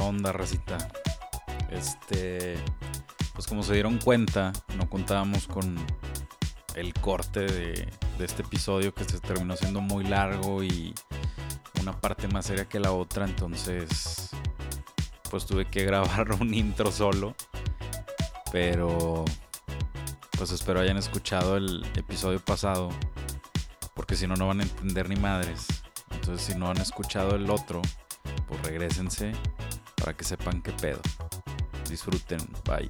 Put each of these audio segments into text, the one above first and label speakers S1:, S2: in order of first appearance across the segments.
S1: onda, racita? Este, pues como se dieron cuenta, no contábamos con el corte de, de este episodio que se terminó siendo muy largo y una parte más seria que la otra, entonces pues tuve que grabar un intro solo, pero pues espero hayan escuchado el episodio pasado, porque si no, no van a entender ni madres. Entonces, si no han escuchado el otro, pues regresense para que sepan qué pedo. Disfruten, bye.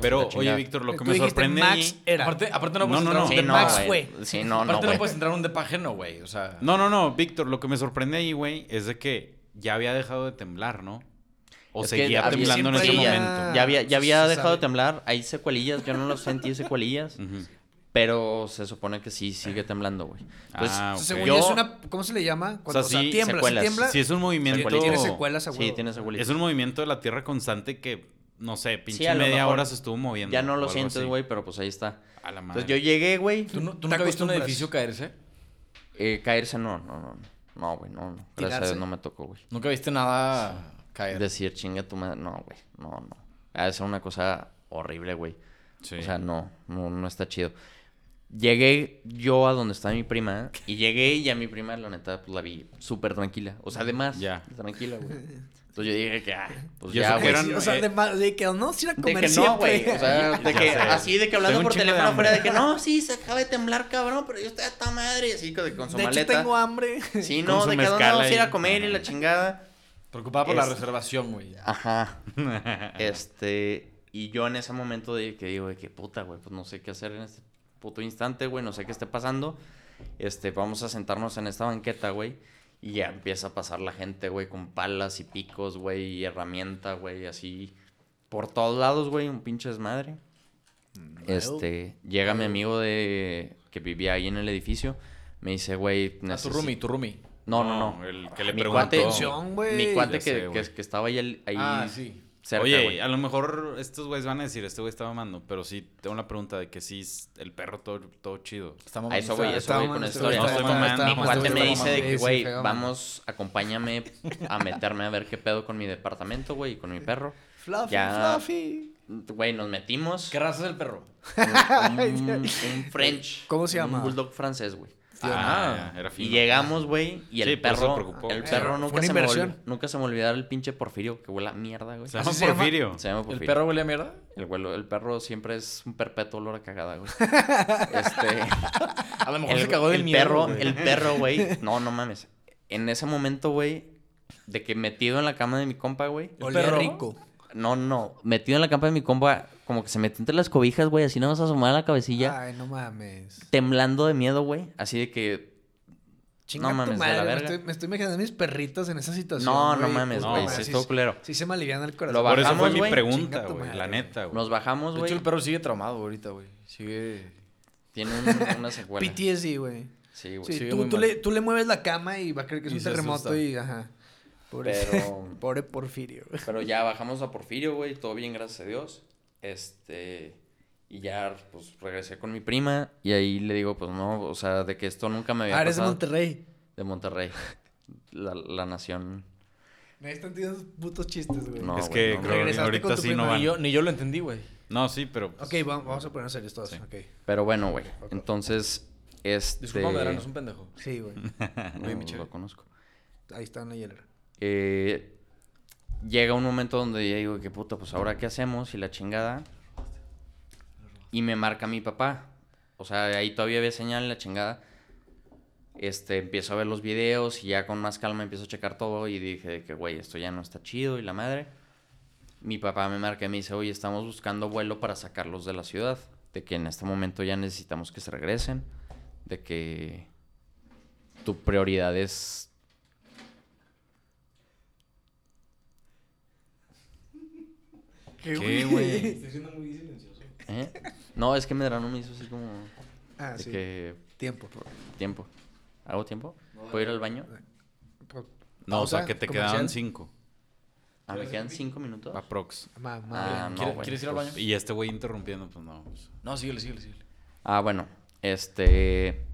S1: Pero, oye,
S2: chingada.
S1: Víctor, lo que
S3: Eh, Tú
S1: me
S3: dijiste
S1: sorprende.
S3: Max
S1: ahí-
S3: era.
S1: Aparte, aparte no
S2: No,
S1: puedes
S2: no,
S1: entrar a
S2: no.
S1: un
S3: Sí,
S1: depa-
S3: no, Max,
S2: güey.
S3: güey.
S2: Sí, no, no,
S1: Aparte, no
S2: güey.
S1: puedes entrar a un depa ajeno, güey. O sea.
S2: No.
S1: No, no, no, Víctor, lo que me sorprende ahí, güey, es de que ya había dejado de temblar, ¿no? O
S2: Es que
S1: seguía
S2: había-
S1: temblando en ese
S2: siempre ya-
S1: momento.
S2: Ya había, ya había
S3: Se
S2: dejado
S3: sabe.
S2: de temblar. Hay secuelillas. Yo no lo sentí secuelillas.
S1: Ujú.
S2: Pero se supone que sí sigue temblando, güey. Entonces,
S1: Ah,
S3: Entonces,
S1: ok.
S3: según
S2: Yo-
S3: yo es una. ¿Cómo se le llama? Cuando, o sea,
S2: sí,
S3: tiembla,
S2: secuelas.
S3: si tiembla.
S1: Si es un movimiento.
S2: Secuelitas.
S3: Tiene secuelas a
S2: sí,
S3: huevo.
S2: tiene secuelillas.
S1: Es un movimiento de la Tierra constante que, no sé, pinche
S2: a lo
S1: media
S2: mejor.
S1: hora se estuvo moviendo.
S2: Ya no
S1: o
S2: lo
S1: algo
S2: sientes,
S1: así.
S2: güey, pero pues ahí está.
S1: A la madre.
S2: Entonces yo llegué, güey.
S4: ¿Tú, no, tú
S3: Te
S4: nunca viste un
S3: acostumbras.
S4: edificio caerse?
S2: Eh, caerse, no, no, no. No, güey, no, no. Gracias a
S3: Tirarse.
S2: Dios no me tocó, güey.
S4: ¿Nunca viste nada caer?
S2: Decir, chinga tu madre. No, güey, no, no. Ha de ser una cosa horrible, güey.
S1: Sí.
S2: O sea, no, no, no está chido. Llegué yo a donde está mi prima y llegué y a mi prima, la neta, pues la vi súper tranquila. O sea, además,
S1: Ya.
S2: tranquila, güey. Entonces yo dije que, ah, pues
S1: Y eso
S2: ya,
S1: que
S2: güey.
S1: eran-
S3: O sea,
S1: eh,
S3: de, ma- de que no, si era
S2: De
S3: comer
S2: que no, güey.
S3: siempre.
S2: O sea, de
S1: Ya
S2: que
S1: sé.
S2: así, de que hablando
S1: Tengo un
S2: por
S1: chingo de
S2: teléfono
S1: hambre.
S2: fuera de que no, sí, se acaba de temblar, cabrón, pero yo estoy a ta madre, así que con su
S3: de hecho,
S2: maleta.
S3: tengo hambre.
S2: Sí,
S1: Con
S2: no,
S1: su
S2: de que dónde
S1: mezcal
S2: vamos a ir
S1: ahí.
S2: a comer y la chingada.
S4: Preocupada por la
S2: Es-
S4: reservación, güey.
S2: Ajá. Este, y yo en ese momento de que digo, de que puta, güey, pues no sé qué hacer en este puto instante, güey, no sé qué esté pasando. Este, vamos a sentarnos en esta banqueta, güey. Y ya empieza a pasar la gente, güey, con palas y picos, güey, y herramienta, güey, así. Por todos lados, güey, un pinche desmadre. Este, llega mi amigo de que vivía ahí en el edificio. Me dice, güey,
S4: A tu
S2: necesi-
S4: roomie, tu roomie.
S2: No, no, no.
S1: El que le
S2: Mi
S1: preguntó.
S2: cuate-
S3: Atención, güey.
S2: Mi cuate
S1: Ya sé,
S2: que,
S1: güey.
S2: que, que estaba ahí, el- ahí
S4: Ah, sí.
S2: cerca,
S1: Oye,
S2: güey.
S1: a lo mejor estos güeyes van a decir, este güey está mamando, pero sí, tengo la pregunta de que sí, es el perro todo, todo chido.
S4: Está mamando.
S2: A eso voy, a eso
S3: Está
S2: voy
S3: mamando,
S2: con la
S3: está
S2: historia.
S1: mamando, está mamando,
S2: Mi
S1: está
S2: cuate
S1: mamando,
S2: me
S1: está
S2: dice de
S3: mamando.
S2: que,
S3: Sí,
S2: güey,
S3: sí, está mamando.
S2: vamos, acompáñame a meterme a ver qué pedo con mi departamento, güey, y con mi perro.
S3: Fluffy,
S2: Ya.
S3: Fluffy.
S2: Güey, nos metimos.
S4: ¿Qué raza es el perro?
S2: Un, un- un French.
S3: ¿Cómo se llama?
S2: Un bulldog francés, güey.
S1: Ah, ya, era
S2: Y
S1: fino.
S2: llegamos, güey, y el
S1: Sí, por eso
S2: perro.
S1: se preocupó.
S2: El
S1: Fue
S2: perro
S3: una
S2: nunca se, me
S3: inversión.
S2: olvidó, nunca se me olvidará el pinche Porfirio, que huele a mierda, güey.
S1: Se llama
S4: ¿Así se llama?
S1: Porfirio.
S2: Se llama
S4: ¿El
S2: Porfirio.
S4: perro huele a mierda?
S2: El, güelo- el perro siempre es un perpetuo olor a cagada, güey. Este.
S4: A lo mejor
S2: El,
S4: se cagó del
S2: el
S4: miedo.
S2: perro,
S4: güey.
S2: el perro, güey. No, no mames. En ese momento, güey, de que metido en la cama de mi compa, güey.
S4: ¿El
S3: Olía
S4: perro?
S3: rico.
S2: No, no, metido en la cama de mi compa, como que se metió entre las cobijas, güey, así nada más asomaba la cabecilla,
S3: Ay, no mames.
S2: temblando de miedo, güey. Así de que,
S3: Chinga
S2: No mames,
S3: tu
S2: de
S3: madre,
S2: la
S3: me
S2: verga.
S3: estoy, me estoy imaginando a mis perritos en esa situación.
S2: no, no
S3: güey.
S2: mames,
S3: Puta
S2: güey,
S3: madre,
S2: sí
S3: sí
S2: estuvo
S3: se-
S2: culero.
S3: Sí se me aliviana el corazón.
S2: Lo
S1: Por eso
S2: bajamos,
S1: fue mi
S2: güey.
S1: pregunta,
S3: Chinga tu
S1: güey,
S3: madre,
S1: la
S3: güey.
S1: neta, güey.
S2: Nos bajamos,
S4: De hecho,
S2: güey.
S4: el perro sigue traumado ahorita, güey. Sigue.
S2: Tiene un- una secuela.
S3: PTSD, güey.
S2: Sí, güey.
S3: Sí,
S4: sigue
S3: tú,
S4: muy
S3: tú
S4: mal.
S3: le, tú le mueves la cama y va a creer que es
S4: Y
S3: un
S4: se
S3: terremoto
S4: asusta.
S3: y ajá. Pobre,
S2: Pero-
S3: pobre Porfirio.
S2: Pero ya bajamos a Porfirio, güey, todo bien, gracias a Dios. Este, y ya, pues, regresé con mi prima y ahí le digo, pues, no, o sea, de que esto nunca me había
S3: Ah, eres de
S2: pasado.
S3: Monterrey.
S2: de Monterrey. La, la nación.
S3: Nadie está entendiendo esos putos chistes, güey.
S2: No,
S1: es
S2: güey,
S1: que
S2: no,
S1: creo que
S3: Regresaste
S1: ahorita
S3: con tu
S1: sí no
S3: prima
S1: van.
S4: Ni yo, ni yo lo entendí, güey.
S1: No, sí, pero... pues,
S3: Ok, va- vamos a ponernos serios todos. ok.
S2: Pero bueno, güey. Entonces, este.
S4: Disculpame, Verano, es un pendejo.
S3: Sí, güey.
S2: no,
S4: güey, mi chavo.
S2: lo conozco.
S3: Ahí está en la hielera.
S2: Eh, llega un momento donde yo digo, que puta, pues ahora qué hacemos y la chingada. Y me marca mi papá. O sea, ahí todavía había señal la chingada. Este, empiezo a ver los videos y ya con más calma empiezo a checar todo y dije de que, güey, esto ya no está chido y la madre. Mi papá me marca y me dice, oye, estamos buscando vuelo para sacarlos de la ciudad. De que en este momento ya necesitamos que se regresen. De que tu prioridad es
S1: ¿Qué, güey?
S2: ¿Eh? No, es que Medrano me hizo así como
S3: Ah,
S2: de
S3: sí.
S2: que
S3: Tiempo.
S2: tiempo. ¿Hago tiempo? ¿Puedo ir al baño?
S1: No, o sea,
S3: Pausa
S1: que te
S3: comercial.
S1: quedaban cinco.
S2: Ah, me quedan cinco minutos.
S1: Aprox.
S3: Ma-
S2: Ah,
S3: madre.
S2: no,
S4: ¿Quieres-
S2: güey,
S4: quieres ir al
S2: pues-
S4: baño?
S1: Y este güey interrumpiendo, pues no. pues.
S4: No, síguele, síguele, síguele.
S2: Ah, bueno. Este.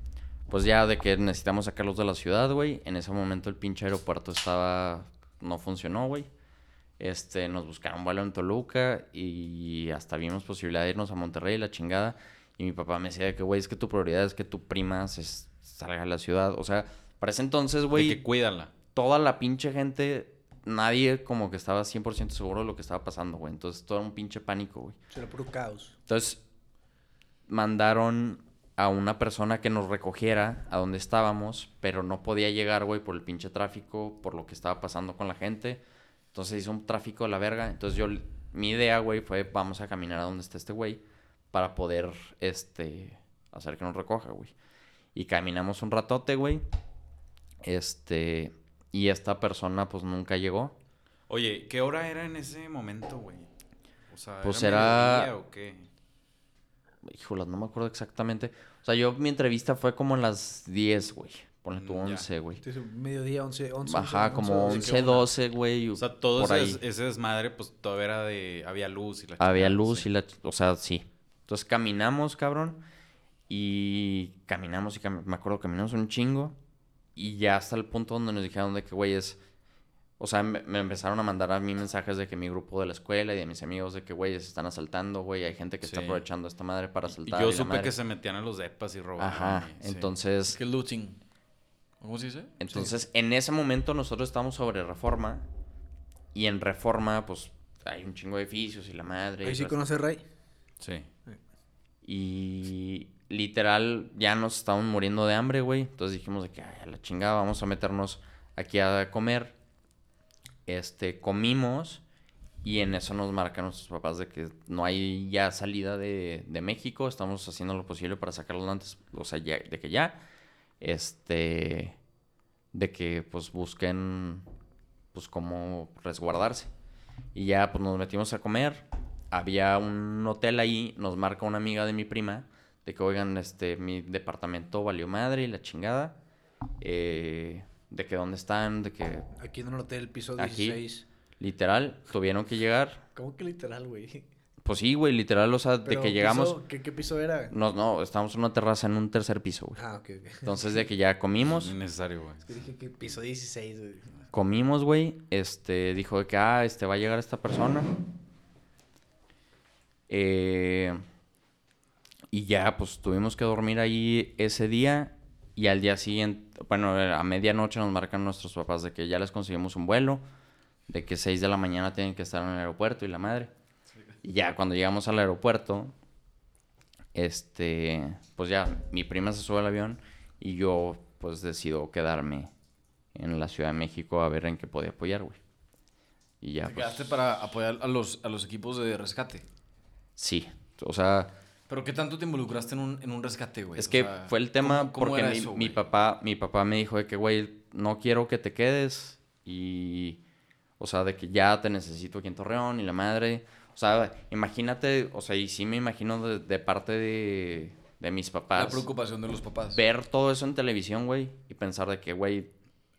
S2: Pues ya de que necesitamos sacarlos de la ciudad, güey. En ese momento el pinche aeropuerto estaba. No funcionó, güey. Este, nos buscaron vuelo en Toluca y hasta vimos posibilidad de irnos a Monterrey, la chingada. Y mi papá me decía de que, güey, es que tu prioridad es que tu prima se s- salga a la ciudad. O sea, para ese entonces, güey,
S1: De que cuídala.
S2: toda la pinche gente, nadie como que estaba 100% seguro de lo que estaba pasando, güey. Entonces, todo era un pinche pánico, güey.
S3: Será puro caos.
S2: Entonces, mandaron a una persona que nos recogiera a donde estábamos, pero no podía llegar, güey, por el pinche tráfico, por lo que estaba pasando con la gente. Entonces hizo un tráfico de la verga. Entonces yo, mi idea, güey, fue vamos a caminar a donde está este güey para poder, este, hacer que nos recoja, güey. Y caminamos un ratote, güey. Este, y esta persona, pues, nunca llegó.
S1: Oye, ¿qué hora era en ese momento, güey? O sea,
S2: Pues
S1: ¿era
S2: era-
S1: mediodía o qué?
S2: Híjolas, no me acuerdo exactamente. O sea, yo mi entrevista fue como a las 10, güey. Ponle tú
S1: Mm, ya.
S2: 11, güey.
S3: Entonces, mediodía, 11, 11.
S2: Ajá,
S3: 11,
S2: como
S3: 11.
S2: 11, 12, güey.
S1: O sea, todo
S2: por
S1: ese,
S2: ahí.
S1: ese desmadre, pues todavía era de. Había luz y la
S2: Había
S1: chingada,
S2: luz
S1: sí.
S2: y la... O sea, sí. Entonces caminamos, cabrón. Y caminamos y cami- me acuerdo, caminamos un chingo. Y ya hasta el punto donde nos dijeron de que, güey, es... O sea, me, me empezaron a mandar a mí mensajes de que mi grupo de la escuela y de mis amigos de que, güey, se están asaltando, güey. Hay gente que está
S1: Sí.
S2: aprovechando esta madre para
S1: Y
S2: asaltar.
S1: yo
S2: y la
S1: supe
S2: madre.
S1: que se metían a los depas y robaban.
S2: Ajá,
S1: güey, sí.
S2: entonces...
S4: Es que looting. ¿Cómo se dice?
S2: Entonces, en ese momento nosotros estábamos sobre Reforma. Y en Reforma, pues, hay un chingo de edificios y la madre.
S3: Ahí
S2: y
S3: sí
S2: todo
S3: conoce Ray.
S1: Sí.
S2: y literal, ya nos estábamos muriendo de hambre, güey. Entonces dijimos de que, ay, a la chingada, vamos a meternos aquí a comer. Este, comimos. Y en eso nos marcan nuestros papás de que no hay ya salida de, de México. Estamos haciendo lo posible para sacarlos antes. O sea, ya- de que ya. Este. De que pues busquen. Pues cómo resguardarse. Y ya pues nos metimos a comer. Había un hotel ahí, nos marca una amiga de mi prima, de que oigan, este, mi departamento valió madre y la chingada. eh, de que dónde están, de que
S3: Aquí en el hotel, piso
S2: Aquí.
S3: 16.
S2: literal tuvieron que llegar.
S3: ¿Cómo que literal, güey?
S2: Pues sí, güey, literal, o sea, de
S3: Pero
S2: que llegamos.
S3: piso- ¿qué, ¿Qué piso era?
S2: No, no, estábamos en una terraza en un tercer piso, güey.
S3: Ah, ok, ok.
S2: Entonces, de que ya comimos.
S1: Innecesario, güey.
S3: Es que dije que piso 16, güey.
S2: comimos, güey. Este, dijo de que, ah, este, va a llegar esta persona. Eh, y ya, pues, tuvimos que dormir ahí ese día. Y al día siguiente, bueno, a medianoche nos marcan nuestros papás de que ya les conseguimos un vuelo. De que 6 de la mañana tienen que estar en el aeropuerto y la madre. Y ya, cuando llegamos al aeropuerto, este, pues ya, mi prima se sube al avión y yo, pues, decido quedarme en la Ciudad de México a ver en qué podía apoyar, güey. Y ya,
S4: Te quedaste
S2: pues,
S4: para apoyar a los, a los equipos de rescate.
S2: sí. O sea,
S4: ¿Pero qué tanto te involucraste en un, en un rescate, güey?
S2: es
S4: O
S2: que
S4: sea,
S2: fue el tema
S4: ¿cómo- cómo
S2: porque
S4: era
S2: mi,
S4: eso,
S2: mi
S4: güey?
S2: papá, mi papá me dijo de que, güey, no quiero que te quedes y, o sea, de que ya te necesito aquí en Torreón y la madre. O sea, imagínate, o sea, y sí me imagino de, de parte de, de mis
S4: La
S2: papás
S4: preocupación de los papás.
S2: ver todo eso en televisión, güey, y pensar de que, güey,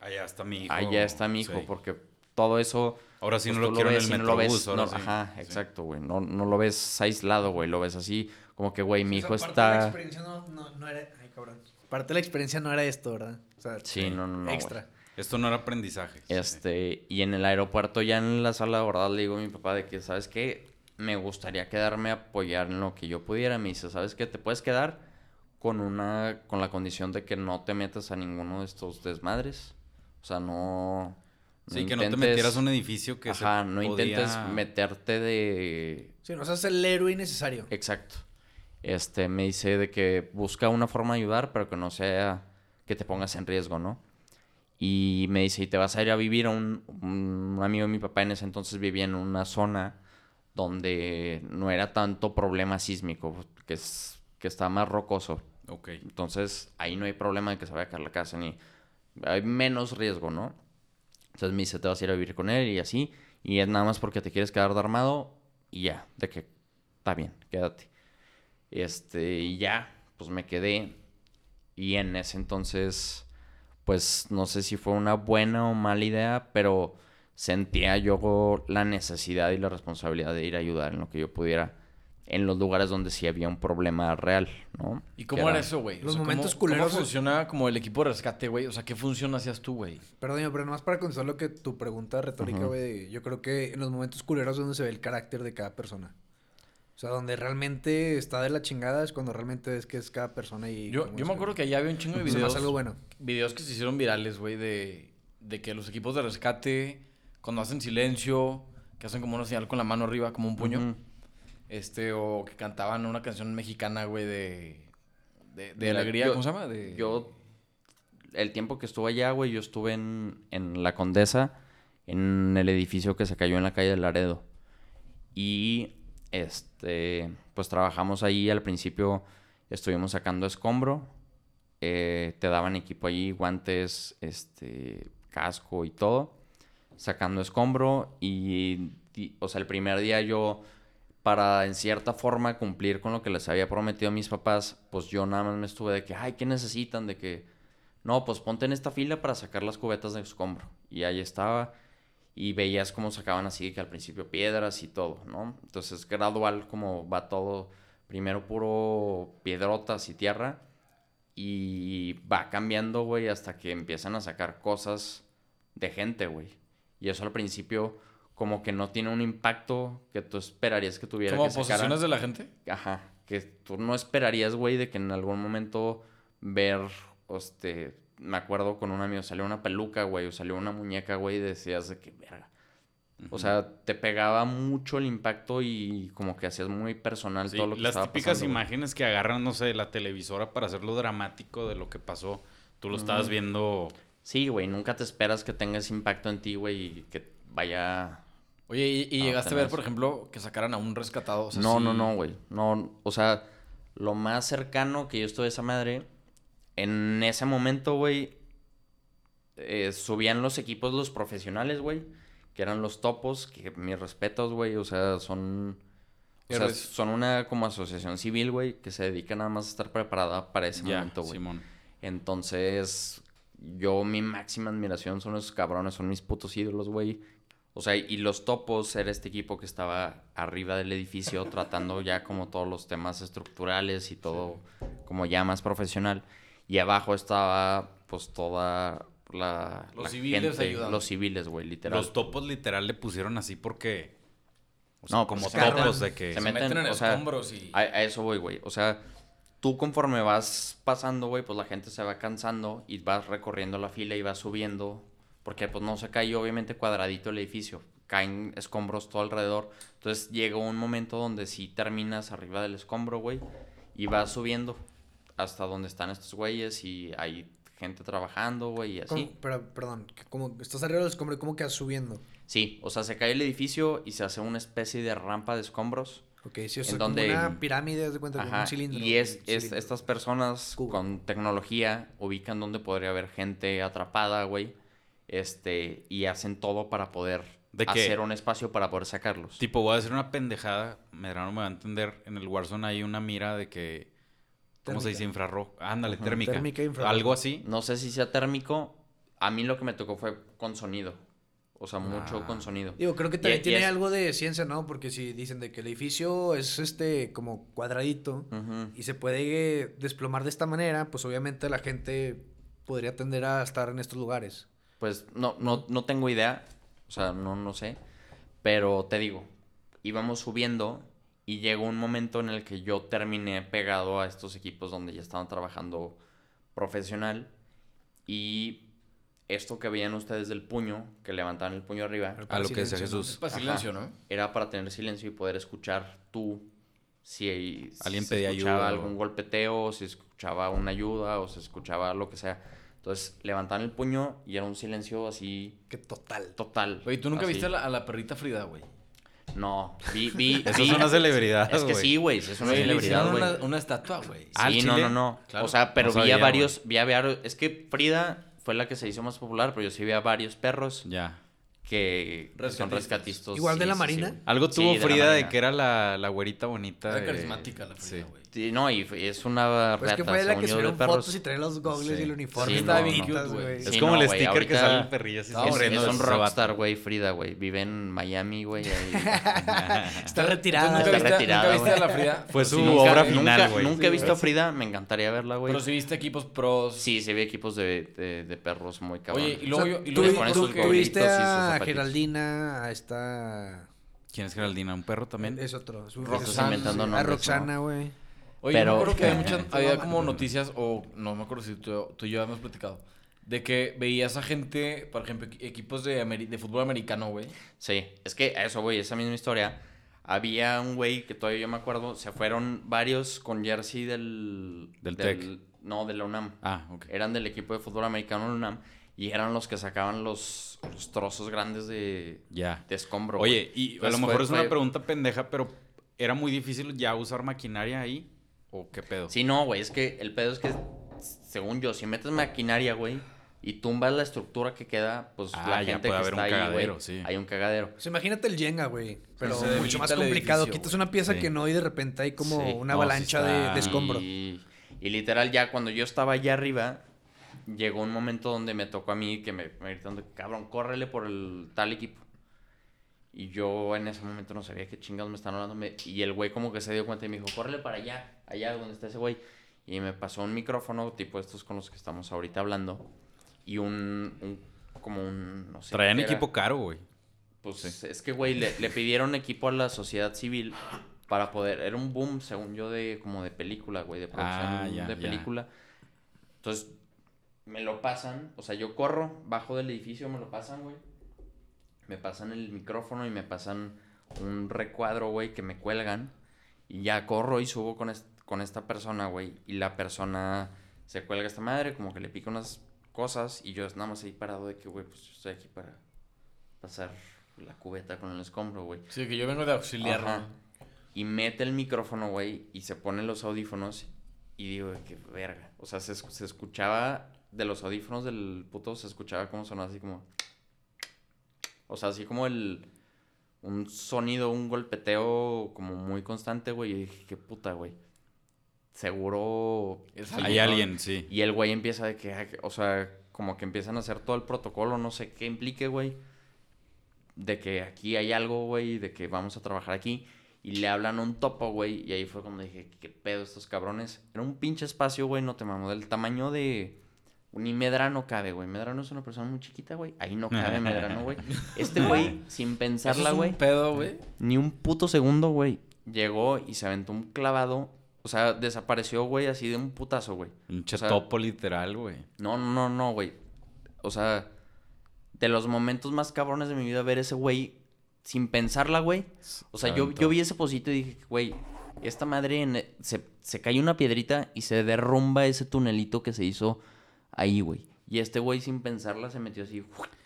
S1: Allá está mi hijo.
S2: allá está mi hijo,
S1: sí.
S2: porque todo eso...
S1: Ahora sí
S2: pues
S1: no lo
S2: tú
S1: quiero en
S2: ves
S1: el
S2: y no lo ves,
S1: metrobús. ahora
S2: no-
S1: sí.
S2: Ajá,
S1: Sí.
S2: exacto, güey. No, no lo ves aislado, güey. Lo ves así como que, güey, mi
S3: O
S2: hijo
S3: sea, parte de la
S2: está...
S3: experiencia no, no, no era... Ay, cabrón. Parte de la experiencia no era esto, ¿verdad? O sea,
S2: Sí, no, no, no. güey.
S3: extra.
S1: Esto no era aprendizaje. sí.
S2: Este, y en el aeropuerto, ya en la sala de abordar, le digo a mi papá de que, ¿sabes qué? Me gustaría quedarme a apoyar en lo que yo pudiera. Me dice, ¿sabes qué? Te puedes quedar con una, con la condición de que no te metas a ninguno de estos desmadres. O sea, no...
S1: Sí, que no te
S2: intentes-
S1: metieras a un edificio que se
S2: Ajá, no intentes
S1: podía-
S2: meterte de...
S3: Sí, no seas el héroe innecesario.
S2: Exacto. Este, me dice de que busca una forma de ayudar, pero que no sea que te pongas en riesgo, ¿no? Y me dice, y te vas a ir a vivir a un, un amigo de mi papá en ese entonces vivía en una zona donde no era tanto problema sísmico, que, es, que está más rocoso.
S1: Ok.
S2: Entonces, ahí no hay problema de que se vaya a caer la casa ni. Hay menos riesgo, ¿no? Entonces me dice, te vas a ir a vivir con él y así. Y es nada más porque te quieres quedar de armado y ya, de que está bien, quédate. Este, y ya, pues me quedé. Y en ese entonces, pues no sé si fue una buena o mala idea, pero sentía yo la necesidad y la responsabilidad de ir a ayudar en lo que yo pudiera. en los lugares donde sí había un problema real, ¿no?
S4: ¿Y
S2: Que
S4: cómo era eso, güey? O
S3: Los
S4: sea, ¿cómo-
S3: momentos culeros-
S4: ¿Cómo funcionaba como el equipo de rescate, güey? O sea, ¿qué función hacías tú, güey?
S3: Perdón, yo, pero nomás para contestar lo que tu pregunta retórica,
S2: Ujú.
S3: güey, yo creo que en los momentos culeros es donde se ve el carácter de cada persona. O sea, donde realmente está de la chingada es cuando realmente ves que es cada persona y...
S4: Yo,
S3: cómo
S4: yo
S3: es
S4: me
S3: el-
S4: acuerdo que allá había un chingo de
S3: Se me
S4: videos.
S3: hace algo bueno.
S4: Videos que se hicieron virales, güey, de, de que los equipos de rescate, cuando hacen silencio, que hacen como una señal con la mano arriba, como un puño.
S2: Ujú.
S4: Este, o que cantaban una canción mexicana, güey, de. De, de
S2: Mira,
S4: alegría,
S2: yo-
S4: ¿cómo se llama? De-
S2: Yo, el tiempo que estuve allá, güey, yo estuve en, en La Condesa, en el edificio que se cayó en la calle de Laredo. Y, este, pues trabajamos ahí al principio, estuvimos sacando escombro, eh, te daban equipo allí, guantes, este, casco y todo, sacando escombro y, di- o sea, el primer día yo para en cierta forma cumplir con lo que les había prometido a mis papás, pues yo nada más me estuve de que, ay, ¿qué necesitan? De que, no, pues ponte en esta fila para sacar las cubetas de escombro. Y ahí estaba. Y veías cómo sacaban así, que al principio piedras y todo, ¿no? Entonces, gradual como va todo. Primero puro piedrotas y tierra. Y va cambiando, güey, hasta que empiezan a sacar cosas de gente, güey. Y eso al principio como que no tiene un impacto que tú esperarías que tuviera.
S4: ¿Como
S2: que sacaran.
S4: posesiones de la gente?
S2: Ajá, que tú no esperarías, güey, de que en algún momento ver, este, me acuerdo con un amigo, salió una peluca, güey, o salió una muñeca, güey, y decías de que verga. O sea, te pegaba mucho el impacto y como que hacías muy personal
S1: Sí,
S2: todo lo que
S1: las
S2: estaba
S1: típicas
S2: pasando, güey.
S1: imágenes que agarran, no sé, de la televisora para hacerlo dramático de lo que pasó. Tú lo
S2: Mm.
S1: estabas viendo.
S2: Sí, güey, nunca te esperas que tenga ese impacto en ti, güey, y que vaya...
S4: Oye, ¿y, y
S2: Ah,
S4: llegaste a ver,
S2: tenés.
S4: por ejemplo, que sacaran a un rescatado? O sea,
S2: no,
S4: sí-
S2: no, no, güey. No, o sea, lo más cercano que yo estuve a esa madre, en ese momento, güey, eh, subían los equipos los profesionales, güey, que eran los topos, que mis respetos, güey, o sea, son... O sea,
S4: Héroes.
S2: son una como asociación civil, güey, que se dedica nada más a estar preparada para ese
S1: Ya,
S2: momento, güey.
S1: Simón.
S2: Entonces, yo mi máxima admiración son esos cabrones, son mis putos ídolos, güey. O sea, y los topos era este equipo que estaba arriba del edificio tratando ya como todos los temas estructurales y todo como ya más profesional. Y abajo estaba pues toda la...
S4: Los
S2: la
S4: civiles ayudando.
S2: Los civiles, güey, literal.
S1: Los topos literal le pusieron así porque. o sea,
S2: No,
S1: como
S2: pues, se meten-
S1: topos de que.
S2: se
S4: Se meten, en
S2: o sea,
S4: escombros y.
S2: A, a eso voy, güey. O sea, tú conforme vas pasando, güey, pues la gente se va cansando y vas recorriendo la fila y vas subiendo. Porque pues no se cayó obviamente cuadradito el edificio. Caen escombros todo alrededor. Entonces llega un momento donde sí terminas arriba del escombro, güey. Y vas subiendo hasta donde están estos güeyes y hay gente trabajando, güey, y así.
S3: ¿Cómo? Pero, perdón, que como estás arriba del escombro, ¿cómo quedas subiendo?
S2: Sí, o sea, se cae el edificio y se hace una especie de rampa de escombros.
S3: Ok, si
S2: En
S3: es como
S2: donde-
S3: una pirámide, haz de cuenta, como
S2: Ajá,
S3: un cilindro.
S2: Y es,
S3: un
S2: es-
S3: cilindro.
S2: estas personas
S3: Cubo.
S2: con tecnología ubican dónde podría haber gente atrapada, güey. Este, y hacen todo para poder
S1: ¿De qué?
S2: hacer un espacio para poder sacarlos.
S1: Tipo, voy a decir una pendejada. Medrano me va a entender. En el Warzone hay una mira de que. ¿Cómo se
S3: Térmica.
S1: dice? Infrarrojo. Ándale,
S2: Ajá,
S1: térmica.
S3: térmica e infrarrojo.
S1: Algo así.
S2: No sé si sea térmico. A mí lo que me tocó fue con sonido. O sea, mucho
S1: Ah.
S2: con sonido.
S3: Digo, creo que
S2: Y-
S3: también
S2: y
S3: tiene
S2: es-
S3: algo de ciencia, ¿no? Porque si dicen de que el edificio es este como cuadradito
S2: Ujú.
S3: y se puede eh, desplomar de esta manera, pues obviamente la gente podría tender a estar en estos lugares.
S2: Pues no, no, no tengo idea. O sea, no, no sé. Pero te digo, íbamos subiendo y llegó un momento en el que yo terminé pegado a estos equipos donde ya estaban trabajando profesional. Y esto que veían ustedes del puño, que levantaban el puño arriba,
S1: A lo que decía
S3: Silencio, ¿no?
S1: Jesús.
S4: Es para
S2: Ajá.
S4: silencio, ¿no?
S2: era para tener silencio y poder escuchar tú si
S1: Alguien
S2: si
S1: pedía ayuda,
S2: escuchaba algún
S1: o-
S2: golpeteo, si escuchaba una ayuda o se escuchaba lo que sea. Entonces levantaban el puño y era un silencio así
S3: Que total.
S2: total.
S4: Oye, ¿tú nunca
S2: así.
S4: viste a la, a la perrita Frida, güey?
S2: No, vi, vi.
S1: Eso
S2: vi-
S1: es una celebridad.
S2: Es que
S1: güey.
S2: sí, güey, es una
S4: Güey, le
S2: celebridad,
S4: hicieron
S2: güey.
S4: Una, una estatua, güey.
S1: Ah, ¿al
S2: Sí, no,
S1: Chile?
S2: no, no.
S4: Claro.
S2: O sea, pero
S1: No
S2: vi a
S1: sabía,
S2: varios, vi a varios. Es que Frida fue la que se hizo más popular, pero yo sí vi a varios perros
S1: Ya.
S2: que que son
S4: Rescatistas.
S2: rescatistas.
S3: Igual de
S2: sí,
S3: la
S2: sí,
S3: Marina.
S2: sí, güey.
S1: Algo
S2: Sí,
S1: tuvo
S2: la
S1: Frida de
S2: Marina.
S1: que era la, la güerita bonita.
S4: Era
S1: de-
S4: carismática la
S1: Sí.
S4: Frida, güey.
S2: y- Ah, no, y fue- es una
S3: Pues
S2: rata,
S3: que fue la
S2: según
S3: que
S2: yo, de
S3: subieron
S2: perros.
S3: fotos y traía los goggles
S1: Sí.
S3: y el uniforme.
S2: Sí,
S3: Estaba
S2: no,
S3: bien
S2: no.
S3: cute, güey.
S1: Es
S2: Sí,
S1: como
S2: no,
S1: el
S2: güey,
S1: sticker que
S2: ahorita-
S1: sale el perrillo así.
S4: No,
S2: Es,
S4: hombre,
S1: sonriendo
S2: es
S1: de
S2: un
S1: ese vato.
S2: rockstar, güey, Frida, güey. Vive en Miami, güey. ahí.
S3: Está
S4: Entonces,
S3: retirada.
S4: ¿Nunca
S2: Está
S3: güey.
S4: viste,
S2: retirada,
S4: nunca viste a
S2: güey.
S4: la Frida?
S1: Fue
S4: Sí,
S1: su
S4: nunca-
S1: obra
S4: nunca-
S1: final, güey.
S2: Nunca he visto a Frida, me encantaría verla, güey.
S4: Pero si viste equipos pros.
S2: Sí, se ve equipos de, de- de perros muy cabrón.
S4: Oye, y
S3: O sea,
S4: luego yo. Y
S3: tú,
S2: le
S4: luego
S3: tú-
S2: ponen
S4: yo-
S3: tú-
S2: sus
S3: tú
S2: gorritos
S3: viste
S2: y sus
S3: a
S2: zapatitos.
S3: Geraldina, a esta...
S1: ¿Quién es Geraldina? ¿Un perro también?
S3: Es otro. es un-
S4: Roxana,
S3: Roxana,
S4: inventando
S3: sí. A
S2: nombres,
S3: Roxana, güey.
S4: Oye, yo
S2: Pero-
S4: me acuerdo que había, muchas- había como noticias, o no me acuerdo si tú, tú y yo habíamos platicado, de que veías a gente, por ejemplo, equi- equipos de, ameri- de fútbol americano, güey.
S2: Sí, es que a eso, güey, esa misma historia. Había un güey que todavía yo me acuerdo, se fueron varios con jersey del...
S1: Del Tec.
S2: No, de la UNAM.
S1: Ah, ok.
S2: Eran del equipo de fútbol americano de la UNAM y eran los que sacaban los, los trozos grandes de,
S1: Ya.
S2: de escombro.
S1: Oye,
S2: güey.
S1: y a
S2: Entonces
S1: lo
S2: fue-
S1: mejor es una
S2: fue-
S1: pregunta pendeja, pero ¿era muy difícil ya usar maquinaria ahí? ¿O qué pedo?
S2: Sí, no, güey, es que el pedo es que, según yo, si metes maquinaria, güey, y tumbas la estructura que queda, pues
S1: Ah,
S2: la
S1: ya
S2: gente que
S1: puede haber
S2: está
S1: un
S2: ahí,
S1: cagadero,
S2: güey,
S1: sí.
S2: hay un cagadero.
S3: O sea, Pues, imagínate el Jenga, güey.
S2: Pues,
S3: Pero
S4: se debilita
S3: mucho más
S4: el
S3: complicado.
S4: edificio,
S3: Quitas una pieza
S1: Sí.
S3: que no y de repente hay como
S2: Sí.
S3: una
S1: No, sí
S3: avalancha de- de,
S1: está-
S3: escombro.
S2: Y, y literal, ya cuando yo estaba allá arriba, llegó un momento donde me tocó a mí que me, me gritando, cabrón, córrele por el tal equipo. Y yo en ese momento no sabía qué chingados me están hablando. me- y el güey como que se dio cuenta y me dijo, córrele para allá, allá donde está ese güey. Y me pasó un micrófono, tipo estos con los que estamos ahorita hablando, y un, un- como un, no sé.
S1: Traían
S2: qué era.
S1: equipo caro, güey.
S2: Pues es que, güey, le, le pidieron equipo a la sociedad civil para poder. Era un boom, según yo, de como de película, güey, de producción
S1: Ah, ya,
S2: de
S1: ya.
S2: película. Entonces, me lo pasan. O sea, yo corro, bajo del edificio, me lo pasan, güey. Me pasan el micrófono y me pasan un recuadro, güey, que me cuelgan. Y ya corro y subo con, es- con esta persona, güey. Y la persona se cuelga esta madre, como que le pica unas cosas. Y yo nada más ahí parado de que, güey, pues yo estoy aquí para pasar la cubeta con el escombro, güey.
S4: Sí, que yo vengo de auxiliar,
S2: Ajá.
S4: ¿no?
S2: Y mete el micrófono, güey, y se ponen los audífonos. Y digo, qué verga. O sea, se, es- se escuchaba de los audífonos del puto, se escuchaba como sonaba así como. O sea, así como el. Un sonido, un golpeteo como muy constante, güey. Y dije, qué puta, güey. Seguro.
S4: Es
S2: alguien,
S1: Hay
S2: ¿no?
S1: alguien, sí.
S2: Y el güey empieza de que, ah, que- o sea, como que empiezan a hacer todo el protocolo, no sé qué implique, güey. De que aquí hay algo, güey, de que vamos a trabajar aquí. Y le hablan a un topo, güey. Y ahí fue cuando dije, qué pedo estos cabrones. Era un pinche espacio, güey, no te mamo. Del tamaño de... Ni Medrano cabe, güey. Medrano es una persona muy chiquita, güey. Ahí no cabe Medrano, güey. Este güey, sin
S4: Eso
S2: pensarla,
S4: es
S2: güey Eh,
S4: un pedo, güey.
S2: ni un puto segundo, güey. Llegó y se aventó un clavado. O sea, desapareció, güey, así de un putazo, güey.
S1: Un
S2: O sea,
S1: chetopo literal, güey.
S2: No, no, no, no, güey. O sea, de los momentos más cabrones de mi vida ver ese güey sin pensarla, güey. O sea, yo,
S1: aventó.
S2: yo vi ese posito y dije, güey, esta madre en- e, se, se cae una piedrita y se derrumba ese tunelito que se hizo ahí, güey. Y este güey sin pensarla se metió así.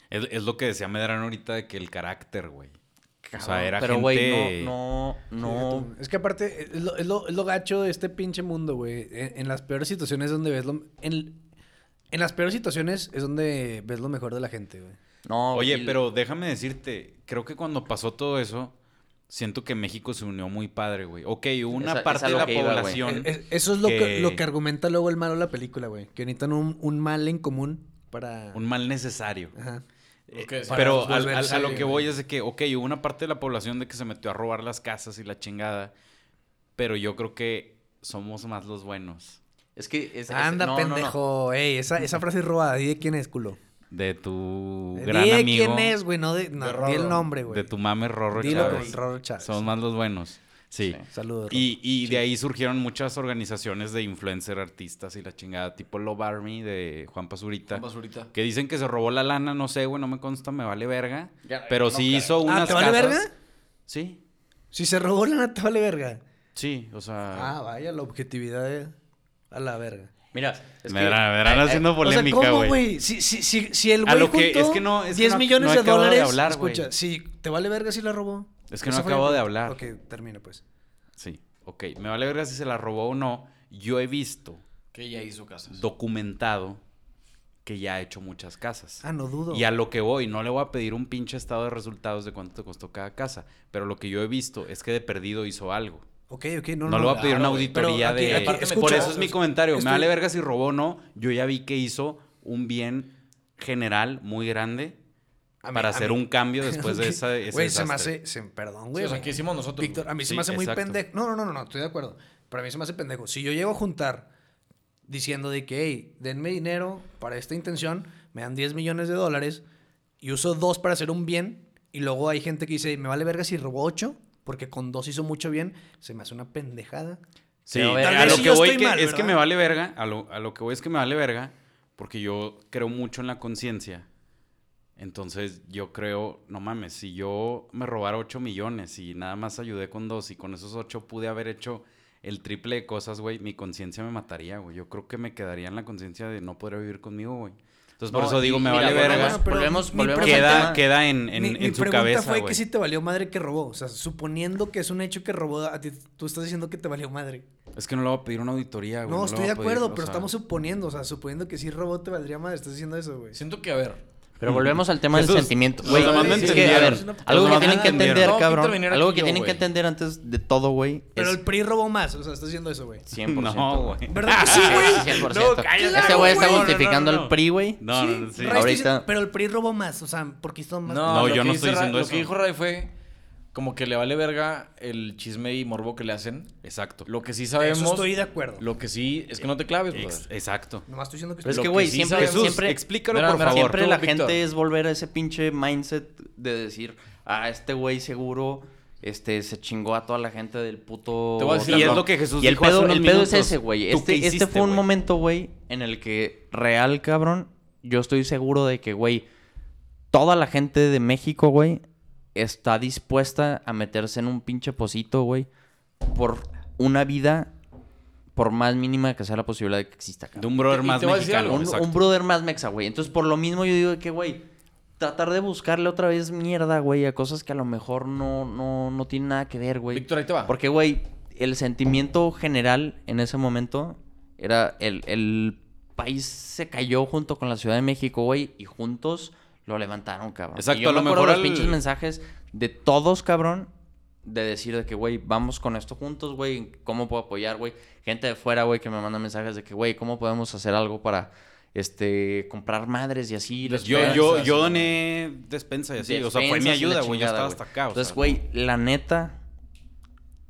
S1: Es, es lo que decía Medrano ahorita de que el carácter, güey. o sea,
S2: cabrón.
S1: era
S2: Pero,
S1: gente...
S2: güey, no, no, no.
S3: Fíjate, Es que aparte, es lo, es lo- es lo gacho de este pinche mundo, güey. E, En, en las peores situaciones es donde ves lo... En, en las peores situaciones es donde ves lo mejor de la gente, güey.
S2: no
S1: Oye,
S2: y-
S1: pero déjame decirte, creo que cuando pasó todo eso, siento que México se unió muy padre, güey. Ok, hubo una
S2: Esa- es
S1: parte
S2: a
S1: de
S2: lo
S1: la
S2: que iba, güey.
S1: población...
S3: Es- es- eh, eso es lo que,
S1: que-
S3: lo que argumenta luego el malo de la película, güey. Que necesitan un, un mal en común para...
S1: Un mal necesario.
S3: Ajá.
S1: Eh,
S4: Ok, sí.
S1: pero
S3: Para
S1: al- al-
S3: volverse
S1: a lo que
S3: libre.
S1: voy es de que, ok, hubo una parte de la población de que se metió a robar las casas y la chingada, pero yo creo que somos más los buenos.
S2: Es que es- es-
S3: Anda,
S2: no, no, no.
S3: pendejo. Ey, esa, esa frase es robada. ¿Y de quién es, culo?
S1: De tu
S3: Di
S1: gran
S3: de
S1: amigo.
S3: quién es, güey. No, de, no,
S4: De
S3: di
S4: Rorro.
S3: el nombre, güey.
S1: De tu mame Rorro
S3: Dilo
S1: Chávez.
S3: con Rorro Chávez.
S1: Somos más los buenos. Sí.
S2: Sí.
S3: Saludos.
S1: Y, y de ahí surgieron muchas organizaciones de influencer artistas y la chingada, tipo Love Army de Juan Pazurita.
S4: Compas, ahorita.
S1: Que dicen que se robó la lana, no sé, güey, no me consta, me vale verga.
S2: Ya,
S1: pero
S2: no,
S1: sí
S2: claro.
S1: hizo unas
S3: Ah, ¿te vale
S1: casas.
S3: verga?
S1: Sí,
S3: Si se robó la nata, vale verga.
S1: sí, o sea.
S3: Ah, vaya, la objetividad de- a la verga.
S2: Mira, es
S1: me
S2: que-
S1: verán, me
S2: ay,
S1: verán
S2: ay,
S1: haciendo
S3: o
S1: polémica,
S3: sea, ¿cómo,
S1: güey.
S3: güey? Si, si, si, si el
S1: A
S3: güey
S1: lo que-
S3: juntó
S1: es que no- es que
S3: 10
S1: no-
S3: millones
S1: no
S3: de
S1: acabo de
S3: dólares,
S1: hablar, güey.
S3: escucha, si te vale verga si la robó.
S1: Es que no
S3: Esa fue mi
S1: acabo de
S3: pregunta.
S1: hablar.
S3: Ok, termina pues.
S1: Sí, ok. Me vale verga si se la robó o no. Yo he visto
S4: Que ya hizo casas.
S1: documentado que ya ha hecho muchas casas.
S3: Ah, no dudo.
S1: Y a lo que voy, no le voy a pedir un pinche estado de resultados de cuánto te costó cada casa, pero lo que yo he visto es que de perdido hizo algo.
S3: Ok, ok, no,
S1: No,
S3: no.
S1: le voy a pedir una
S4: claro, güey.
S1: auditoría
S3: Pero aquí-
S1: de.
S3: aquí-
S1: Por
S3: escucha,
S1: eso es mi
S3: es-
S1: comentario. Me
S3: estoy-
S1: vale verga si robó o no. Yo ya vi que hizo un bien general muy grande
S3: A mí-
S1: para
S3: a
S1: hacer
S3: mí-
S1: un cambio después de esa. ese
S3: Güey, se me
S1: desastre.
S3: hace. se- perdón,
S4: Sí,
S3: güey.
S4: o sea, ¿qué hicimos nosotros?
S3: Víctor, a mí se
S1: Sí,
S3: me hace muy
S1: exacto.
S3: pendejo. No, no, no, no, no, estoy de acuerdo. Pero a mí se me hace pendejo. Si yo llego a juntar diciendo de que, hey, denme dinero para esta intención, me dan 10 millones de dólares y uso dos para hacer un bien, y luego hay gente que dice, me vale verga si robó 8, porque con dos hizo mucho bien, se me hace una pendejada.
S1: Sí,
S2: Pero a ver,
S1: a
S2: tal
S1: lo
S2: vez
S3: sí
S1: que
S3: yo
S1: voy
S3: estoy
S1: que-
S3: mal,
S1: es que
S3: ¿verdad?
S1: me vale verga, a lo, a lo que voy es que me vale verga, porque yo creo mucho en la conciencia. Entonces yo creo, no mames, si yo me robara 8 millones y nada más ayudé con dos y con esos 8 pude haber hecho el triple de cosas, güey, mi conciencia me mataría, güey. Yo creo que me quedaría en la conciencia de no poder vivir conmigo, güey. Entonces por
S2: No,
S1: eso digo,
S2: y
S1: me
S2: mira,
S1: vale
S2: bueno,
S1: verga.
S2: bueno, Volvemos-
S3: mi
S2: volvemos al
S3: pregunta-
S1: queda
S2: tema.
S1: queda en, en,
S3: mi,
S1: en
S3: mi
S1: su
S3: pregunta
S1: cabeza,
S3: fue
S1: güey.
S3: que si te valió madre que robó. O sea, suponiendo que es un hecho que robó, a ti, tú estás diciendo que te valió madre.
S1: Es que no le voy a pedir una auditoría, Ah, güey.
S3: no,
S1: le
S3: estoy
S1: voy
S3: de
S1: a pedir,
S3: acuerdo,
S1: o
S3: pero
S1: sea,
S3: estamos suponiendo. O sea, suponiendo que sí robó, te valdría madre. Estás diciendo eso, güey.
S4: Siento que, a ver.
S2: Pero volvemos al tema
S1: Jesús,
S2: del sentimiento.
S1: los
S2: Güey,
S1: demás
S3: no
S2: es que, a
S3: entendieron.
S2: ver,
S3: Los
S2: algo que
S1: demás
S2: tienen
S1: no
S2: que
S1: entendieron.
S2: entender,
S4: No, Víctor
S2: cabrón.
S4: vinieron
S2: Algo
S4: aquí
S2: que
S4: yo,
S2: tienen que
S4: güey.
S2: entender antes de todo, güey, es
S3: Pero el PRI robó más. O sea, estás diciendo eso, güey.
S2: 100%.
S1: No,
S2: güey.
S1: güey.
S3: ¿Verdad que sí, güey?
S2: 100%.
S1: No, cállate,
S2: este güey está
S1: güey.
S2: justificando
S1: No, no, no.
S2: el PRI, güey.
S1: No, no, no, sí.
S3: Ray, estoy
S2: Ahorita-
S3: dic- Pero el PRI robó más. O sea, porque hizo más.
S1: No,
S4: lo
S1: yo
S4: que
S1: no
S4: dice
S1: estoy
S4: Ra-
S1: diciendo
S4: Lo
S1: eso.
S4: que dijo Ray fue como que le vale verga el chisme y morbo que le hacen.
S1: Exacto.
S4: Lo que sí
S3: Eso
S4: sabemos.
S3: estoy de acuerdo.
S4: Lo que sí es que no te claves,
S1: Ex-
S4: pues, brother.
S1: exacto.
S3: Nomás estoy diciendo que
S2: Pero es
S4: Lo
S2: que,
S4: que
S2: güey,
S4: sí
S2: siempre,
S4: sabemos-
S1: Jesús,
S2: siempre,
S1: explícalo,
S4: Mira,
S1: por
S4: mira,
S1: favor.
S2: siempre
S4: tú,
S2: la
S4: Víctor.
S2: gente es volver a ese pinche mindset de decir, ah, este güey seguro este, se chingó a toda la gente del puto...
S4: Te voy a decir
S1: Y es
S4: algo.
S1: lo que Jesús
S2: Y el
S1: dijo hace
S2: pedo,
S1: unos
S2: el pedo es
S1: minutos.
S2: ese, güey.
S1: ¿Tú
S2: Este,
S1: qué
S2: este
S1: hiciste,
S2: fue un
S1: güey?
S2: momento, güey, en el que real, cabrón, yo estoy seguro de que, güey, toda la gente de México, güey, está dispuesta a meterse en un pinche pocito, güey, por una vida, por más mínima que sea la posibilidad de que exista,
S1: De
S2: cabrón.
S1: un brother
S4: Y
S1: más
S4: te voy a decir
S1: mexicano.
S4: algo.
S2: Un,
S1: exacto.
S2: un brother más mexa, güey. Entonces, por lo mismo, yo digo que, güey, tratar de buscarle otra vez mierda, güey, a cosas que a lo mejor no, no, no tienen nada que ver, güey.
S4: Víctor, ahí te va.
S2: Porque, güey, el sentimiento general en ese momento era el, el país se cayó junto con la Ciudad de México, güey, y juntos lo levantaron, cabrón.
S1: Exacto,
S2: Y yo
S1: a lo
S2: me acuerdo
S1: mejor
S2: los
S1: al-
S2: pinches mensajes de todos, cabrón, de decir de que, güey, vamos con esto juntos, güey, ¿cómo puedo apoyar, güey? Gente de fuera, güey, que me manda mensajes de que, güey, ¿cómo podemos hacer algo para, este, comprar madres y así? las
S1: Pues Yo,
S2: pedas,
S1: yo,
S4: Despensas,
S1: yo
S4: güey.
S1: doné despensa y así. o sea, fue
S2: Defensas y
S1: mi
S2: la
S1: ayuda, güey. Yo
S2: chingada,
S1: estaba hasta acá. O
S2: Entonces,
S1: sea,
S2: güey, la neta,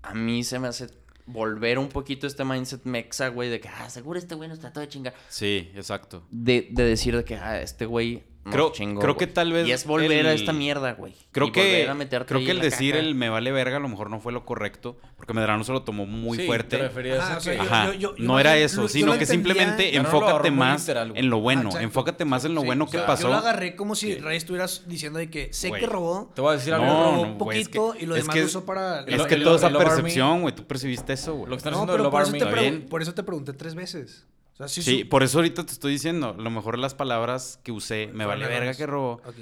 S2: a mí se me hace volver un poquito este mindset mexa, güey, de que, ah, seguro este güey nos trató de chingar.
S1: Sí, exacto.
S2: De, de decir de que, ah, este güey nos
S1: Creo-
S2: chingó,
S1: creo que
S2: güey.
S1: tal vez
S2: Y es volver a
S1: el-
S2: esta mierda, güey.
S1: Creo
S2: Y
S1: que,
S2: volver a meterte
S1: creo
S2: ahí
S1: que
S2: en
S1: el
S2: la
S1: decir
S2: caca.
S1: el me vale verga a lo mejor no fue lo correcto. Porque Medrano se lo tomó muy
S4: Sí,
S1: fuerte.
S4: Te referías
S3: Ah,
S4: a
S3: o sea,
S4: que-
S3: yo-
S1: Ajá,
S3: yo- yo
S1: no
S3: lo-
S1: era
S3: yo-
S1: eso,
S3: yo
S1: sino
S3: lo
S1: que
S3: entendía,
S1: simplemente
S4: pero no lo
S1: enfócate
S4: agarró muy
S1: más
S4: literal, güey.
S1: en lo bueno,
S3: Ah, exacto.
S1: enfócate más en lo
S4: Sí,
S1: bueno
S4: o
S1: que
S4: sea,
S1: pasó.
S3: Yo lo agarré como si
S1: Sí.
S3: Ray estuvieras diciendo de que sé
S1: Güey.
S3: que robó.
S4: Te voy a decir algo.
S3: No, robó
S1: no, güey, es
S3: poquito
S1: que-
S3: y lo
S1: es
S3: demás
S1: que-
S3: lo usó para...
S1: Es
S4: Lo-
S1: que
S4: el-
S1: todo es a
S4: el Love Army-
S1: percepción, güey. Tú percibiste eso,
S4: Lo que
S1: güey.
S4: están
S3: No,
S4: haciendo de
S3: pero
S4: Love
S3: por eso,
S4: Army.
S3: te
S1: Está
S3: pregun-
S1: bien.
S3: por eso te pregunté tres veces. O sea, sí,
S1: Sí,
S3: su-
S1: por eso ahorita te estoy diciendo, a lo mejor las palabras que usé, me vale
S3: Fueron
S1: verga
S3: errores.
S1: que robó,
S3: Ok.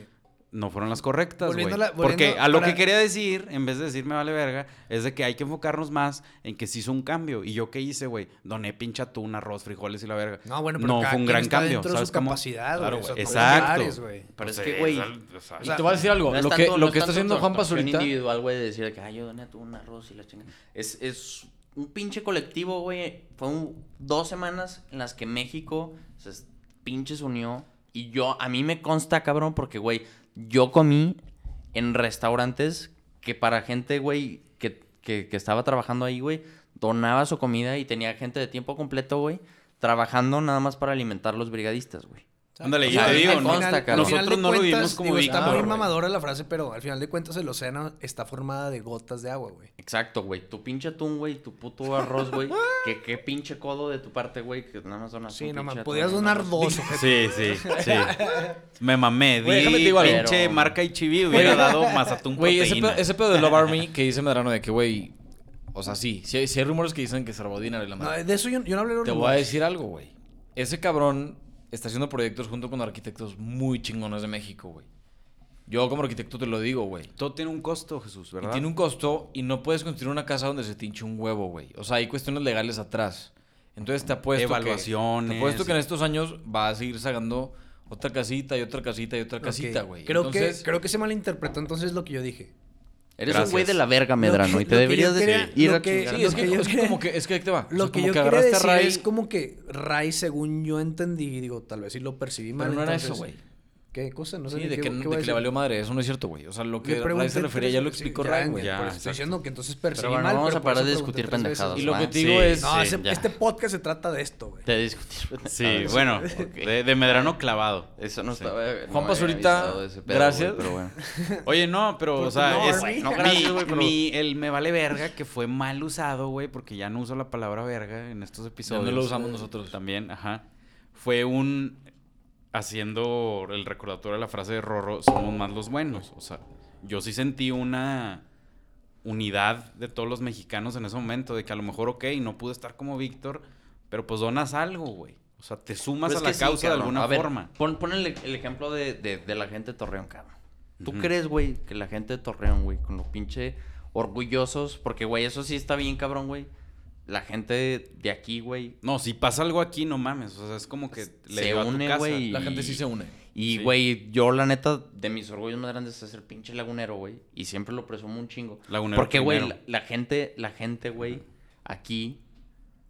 S1: no fueron las correctas, güey.
S3: Volviendo a la-
S1: Porque
S3: volviendo
S1: a lo
S3: para-
S1: que quería decir, en vez de decir me vale verga, es de que hay que enfocarnos más en que se hizo un cambio. ¿Y yo qué hice, güey? Doné pinche atún, arroz, frijoles y la verga.
S3: No, bueno, pero cada
S1: fue un
S3: quien
S1: gran
S3: está
S1: cambio,
S3: dentro de
S1: ¿sabes
S3: su
S1: cómo?
S3: capacidad,
S1: Claro,
S3: güey, o
S1: güey,
S3: sea, todos
S1: exacto.
S3: lugares, güey.
S2: Pero es
S1: Pues,
S2: que,
S1: eh,
S2: güey,
S1: o sea,
S4: Y te voy a decir algo.
S2: No es
S4: lo que,
S2: tanto-
S4: lo
S2: no
S4: que
S2: es
S4: está
S2: tanto
S4: haciendo
S2: tu
S4: Juan
S2: actuación
S4: Pazurita.
S2: individual, güey, de decir que, ay, yo doné un arroz y la chingada. Es, es un pinche colectivo, güey. Fue un- dos semanas en las que México se es- pinches unió. Y yo, a mí me consta, cabrón, porque, güey, yo comí en restaurantes que para gente, güey, que, que- que estaba trabajando ahí, güey, donaba su comida y tenía gente de tiempo completo, güey, trabajando nada más para alimentar los brigadistas, güey.
S1: Ándale,
S2: O
S1: y
S2: sea,
S1: te
S2: a mí
S1: digo,
S2: me
S1: ¿no?
S2: consta, cabrón.
S1: nosotros
S3: Al final de
S1: no lo
S3: cuentas,
S1: vimos como
S3: digo, Está
S1: víctimas,
S3: muy
S1: güey.
S3: mamadora la frase, pero al final de cuentas el océano está formada de gotas de agua, güey.
S2: Exacto, güey. Tu pinche atún, güey. Tu puto arroz, güey. que qué pinche codo de tu parte, güey. Que nada más
S4: Ah,
S2: donas
S3: Sí,
S2: un
S3: no
S2: pinche
S3: mames,
S2: atún,
S3: podías
S2: nada
S3: donar
S2: más.
S3: dos.
S1: Sí, sí, sí. Me mamé,
S4: Güey,
S1: di
S4: déjame te digo algo.
S1: pinche
S2: Pero-
S1: marca y chivi hubiera dado más atún
S4: Güey, ese
S1: proteína.
S4: pedo, ese pedo de Love Army que dice Medrano de que, güey. O sea, sí. Sí hay, sí hay rumores que dicen que se robó dinero y la
S3: No,
S4: madre.
S3: de eso yo, yo no hablé de
S4: Te
S3: los
S4: voy a
S3: rumores.
S4: decir algo, güey. Ese cabrón está haciendo proyectos junto con arquitectos muy chingones de México, güey. Yo como arquitecto te lo digo, güey.
S1: Todo tiene un costo, Jesús,
S4: Y
S1: ¿verdad?
S4: tiene un costo y no puedes construir una casa donde se te hinche un huevo, güey. O sea, hay cuestiones legales atrás. Entonces te apuesto
S1: Evaluaciones.
S4: que... Te apuesto que en estos años va a seguir sacando otra casita y otra casita y otra
S3: Ok,
S4: casita, güey.
S3: Creo,
S4: Entonces,
S3: que, creo que se malinterpretó entonces lo que yo dije.
S2: Eres un
S1: Gracias.
S2: güey de la verga,
S3: que-
S2: Medrano, y te
S3: lo que
S2: deberías
S3: yo
S2: de
S3: quería-
S2: ir
S3: lo
S2: a
S3: que-
S2: chingar.
S4: Sí, es
S3: Lo
S4: que,
S3: que
S4: es
S3: yo
S4: que
S3: quería-
S4: como que, es que ahí te va. O sea,
S3: Lo que
S4: como
S3: yo
S4: que
S3: quería
S4: agarraste a
S3: decir
S4: Ray.
S3: es como que Ray, según yo entendí, digo, tal vez sí lo percibí mal.
S4: Pero no era eso,
S3: entonces-
S4: güey.
S3: ¿Qué cosa? No sé
S4: Sí,
S3: ni
S4: de
S3: qué-
S4: que,
S3: qué
S4: de
S3: voy a
S4: que le
S3: decir.
S4: valió madre. Eso no es cierto, güey. O sea, lo
S3: Le
S4: que Ray
S3: pregunté
S4: se refería
S3: tres-
S4: ya lo
S3: sí,
S4: explicó
S3: ya,
S4: Ray, güey.
S3: ya, por
S1: Ya,
S3: eso estoy
S1: exacto.
S3: diciendo que entonces percibí
S2: bueno,
S3: mal.
S2: vamos
S3: pero
S2: a
S3: por
S2: parar
S3: eso
S2: de
S3: pregunté
S2: discutir
S3: tres veces.
S2: pendejadas,
S4: Y lo
S2: va.
S4: que te
S1: Sí,
S4: digo es.
S3: No,
S1: Sí,
S3: ese-
S2: ya.
S3: este podcast se trata de esto, güey.
S2: Te discutir.
S1: Ah, Sí, bueno, de, de Medrano clavado.
S2: Eso no
S1: Sí.
S2: estaba.
S4: Juan
S2: no había
S4: Pazurita,
S2: avisado de ese pedo,
S4: gracias.
S2: güey, Pero bueno.
S1: Oye, no, pero, o sea,
S3: No,
S1: es,
S3: güey,
S1: no,
S3: mi-
S1: gracias, güey, pero- mi- el me vale verga que fue mal usado, güey, porque ya no uso la palabra verga en estos episodios.
S4: lo usamos nosotros.
S1: También, ajá. Fue un haciendo el recordatorio de la frase de Rorro, somos más los buenos. O sea, yo sí sentí una unidad de todos los mexicanos en ese momento, de que a lo mejor, ok, no pude estar como Víctor, pero pues donas algo, güey. O sea, te sumas
S2: Pero
S1: a la
S2: es que sí,
S1: causa de
S2: cabrón.
S1: alguna
S2: A ver,
S1: forma.
S2: Pon, pon el, el ejemplo de, de- de la gente de Torreón, cabrón. ¿Tú
S1: Ujú.
S2: crees, güey, que la gente de Torreón, güey, con los pinche orgullosos? Porque, güey, eso sí está bien, cabrón, güey. La gente de aquí, güey.
S1: No, si pasa algo aquí, no mames. O sea, es como que le
S2: Se
S1: dio a tu
S2: une,
S1: casa.
S2: güey.
S4: La gente sí se une.
S2: Y,
S1: Sí.
S2: güey, yo, la neta, de mis orgullos más grandes es ser pinche lagunero, güey. Y siempre lo presumo un chingo.
S1: Lagunero
S2: Porque, güey, la,
S1: primero.
S2: la gente, la gente, güey, aquí,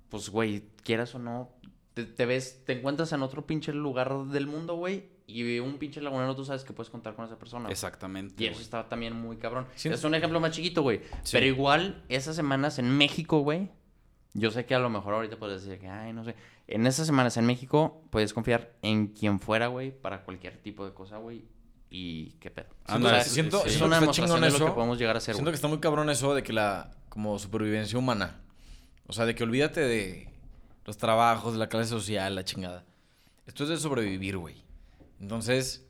S2: pues, güey, quieras o no, te, te ves, te encuentras en otro pinche lugar del mundo, güey, y un pinche lagunero tú sabes que puedes contar con esa persona.
S1: Exactamente.
S2: Y eso
S1: güey.
S2: está también muy cabrón.
S4: Sí.
S2: Es un ejemplo más chiquito, güey.
S1: Sí.
S2: Pero igual, esas semanas en México, güey, yo sé que a lo mejor ahorita puedes decir que, ay, no sé. En esas semanas en México puedes confiar en quien fuera, güey, para cualquier tipo de cosa, güey. Y qué pedo.
S1: Ándale,
S2: O sea,
S1: sí,
S4: siento-
S1: sí.
S2: es
S4: siento
S2: una
S4: que está chingón
S2: demostración de lo que
S4: eso.
S2: podemos llegar a ser,
S4: Siento
S2: güey.
S4: que está muy cabrón eso de que la como supervivencia humana. O sea, de que olvídate de los trabajos, de la clase social, la chingada. Esto es de sobrevivir, güey. Entonces,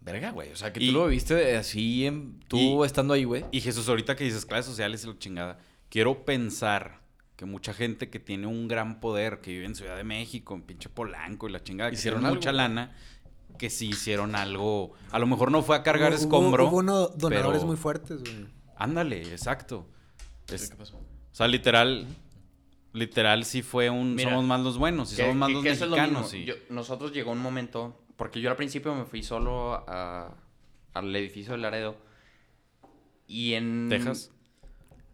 S4: verga, güey. O sea, que
S1: Y-
S4: tú lo viviste así en, tú
S1: y-
S4: estando ahí, güey.
S1: Y Jesús, ahorita que dices clases sociales y la chingada, quiero pensar que mucha gente que tiene un gran poder, que vive en Ciudad de México, en pinche Polanco y la chingada, que
S4: Hicieron
S1: hicieron mucha
S4: algo.
S1: lana, que sí hicieron algo. A lo mejor no fue a cargar
S3: Hubo-
S1: escombro.
S3: Hubo, hubo unos donadores
S1: pero-
S3: muy fuertes, güey.
S1: Ándale, exacto. Es-
S4: ¿Qué pasó?
S1: o sea, literal, literal sí fue un
S2: Mira,
S1: somos más los buenos y
S2: Que-
S1: somos más
S2: que-
S1: los
S2: que eso es lo
S1: mexicanos.
S2: mismo.
S1: y-
S2: Yo- nosotros llegó un momento, porque yo al principio me fui solo a- al edificio de Laredo. Y en...
S1: Texas,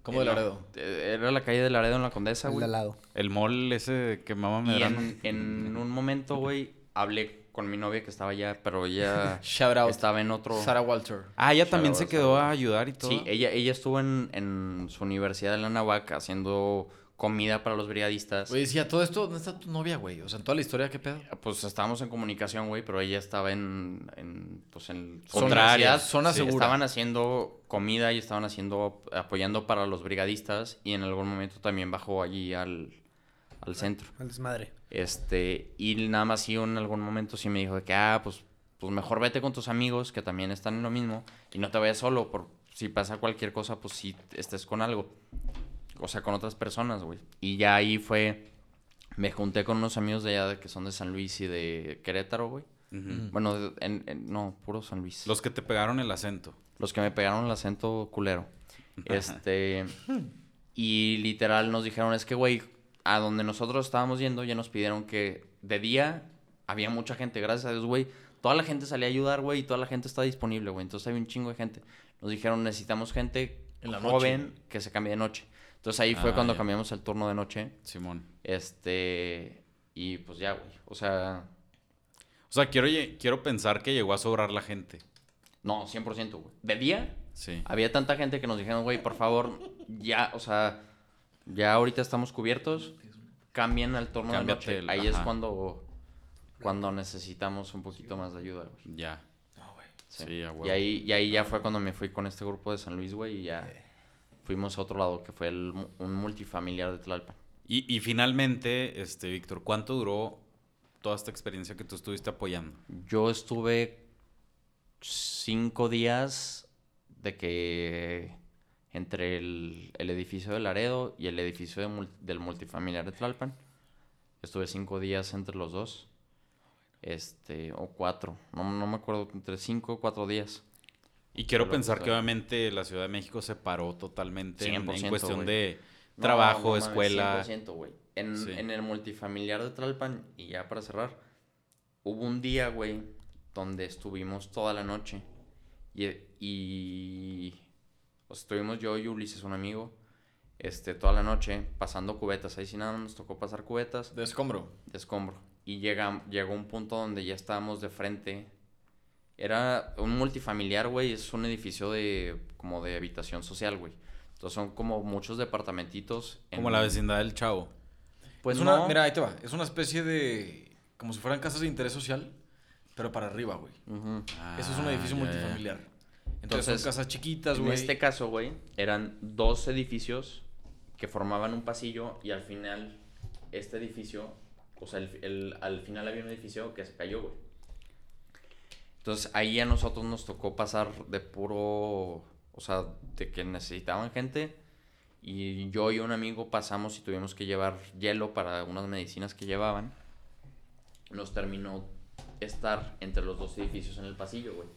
S4: ¿Cómo de
S2: Eh, no,
S4: Laredo?
S2: eh, Era la calle de Laredo en la Condesa,
S3: Al de
S2: güey.
S3: al lado.
S1: el mall ese que mamá me
S2: Y en, en un momento, güey, hablé con mi novia que estaba allá, pero ella
S4: Shout out.
S2: estaba en otro...
S4: Sarah Walter.
S1: Ah, ella también se
S2: Shoutouts,
S1: quedó a
S2: shoutouts.
S1: ayudar y todo.
S2: Sí, ella, ella estuvo en, en su universidad de la Navaca haciendo comida para los brigadistas.
S4: Oye, decía, todo esto, ¿dónde está tu novia, güey? O sea, en toda la historia, ¿qué pedo?
S2: Pues estábamos en comunicación, güey, pero ella estaba en, en pues en su
S1: Contraria,
S2: universidad.
S4: zona segura.
S2: Estaban haciendo comida y estaban haciendo apoyando para los brigadistas y en algún momento también bajó allí al, al centro.
S3: Al desmadre.
S2: Este, y nada más sí en algún momento sí me dijo de que, ah, pues, pues mejor vete con tus amigos que también están en lo mismo y no te vayas solo, por si pasa cualquier cosa, pues si estés con algo. O sea, con otras personas, güey. Y ya ahí fue, me junté con unos amigos de allá de que son de San Luis y de Querétaro, güey.
S1: Ujú.
S2: Bueno, de- en- en- no, puro San Luis.
S1: Mm. Los que te pegaron el acento.
S2: Los que me pegaron el acento culero. Este. y literal nos dijeron: es que, güey, a donde nosotros estábamos yendo, ya nos pidieron que de día había mucha gente. Gracias a Dios, güey. Toda la gente salía a ayudar, güey, y toda la gente está disponible, güey. Entonces había un chingo de gente. Nos dijeron: necesitamos gente
S4: En la noche.
S2: joven que se cambie de noche. Entonces ahí fue
S1: Ah,
S2: cuando
S1: ya.
S2: cambiamos el turno de noche.
S1: Simón.
S2: Este. Y pues ya, güey. O sea.
S1: O sea, quiero, lle- quiero pensar que llegó a sobrar la gente.
S2: No, 100%, güey. De día,
S1: Sí.
S2: Había tanta gente que nos dijeron, güey, por favor, ya, o sea, ya ahorita estamos cubiertos, cambien al turno
S1: Cámbiate
S2: de
S1: el-
S2: noche. Ahí es
S1: ajá.
S2: cuando, cuando necesitamos un poquito más de ayuda, güey.
S1: Ya.
S2: Sí.
S1: Sí, a huevo.
S2: y, ahí, y ahí ya fue cuando me fui con este grupo de San Luis, güey, y ya fuimos a otro lado, que fue el mu- un multifamiliar de Tlalpan.
S1: Y, y finalmente, este, Víctor, ¿cuánto duró toda esta experiencia que tú estuviste apoyando?
S2: Yo estuve cinco días de que entre el, el edificio de Laredo y el edificio de mul- del multifamiliar de Tlalpan. Estuve cinco días entre los dos. Este, o cuatro, no, no me acuerdo, entre cinco o cuatro días.
S1: Y quiero
S2: Lo que
S1: pensar que
S2: sea.
S1: obviamente la Ciudad de México se paró totalmente en- en,
S2: 100%,
S1: cuestión
S2: güey.
S1: de
S2: No,
S1: trabajo,
S2: no mames,
S1: escuela.
S2: 100%, güey. En,
S1: Sí.
S2: en el multifamiliar de Tlalpan, y ya para cerrar, hubo un día, güey, donde estuvimos toda la noche. Y, y O sea, estuvimos yo y Ulises, un amigo, este, toda la noche pasando cubetas. Ahí sí nada más nos tocó pasar cubetas
S4: De escombro.
S2: de escombro. Y llega, llegó un punto donde ya estábamos de frente. Era un multifamiliar, güey. Es un edificio de como de habitación social, güey. Entonces son como muchos departamentitos. en-
S1: Como la vecindad del chavo.
S2: Pues
S4: es una,
S2: no.
S4: Mira, ahí te va. Es una especie de... Como si fueran casas de interés social, pero para arriba, güey.
S2: Ujú.
S4: Eso es un edificio
S1: Ah, ya, ya.
S4: multifamiliar. Entonces,
S2: Entonces,
S4: son casas chiquitas,
S2: En
S4: güey.
S2: este caso, güey, eran dos edificios que formaban un pasillo y al final este edificio, o sea, el- el- al final había un edificio que se cayó, güey. Entonces ahí a nosotros nos tocó pasar de puro, o sea, de que necesitaban gente y yo y un amigo pasamos y tuvimos que llevar hielo para unas medicinas que llevaban. Nos terminó estar entre los dos edificios en el pasillo, güey.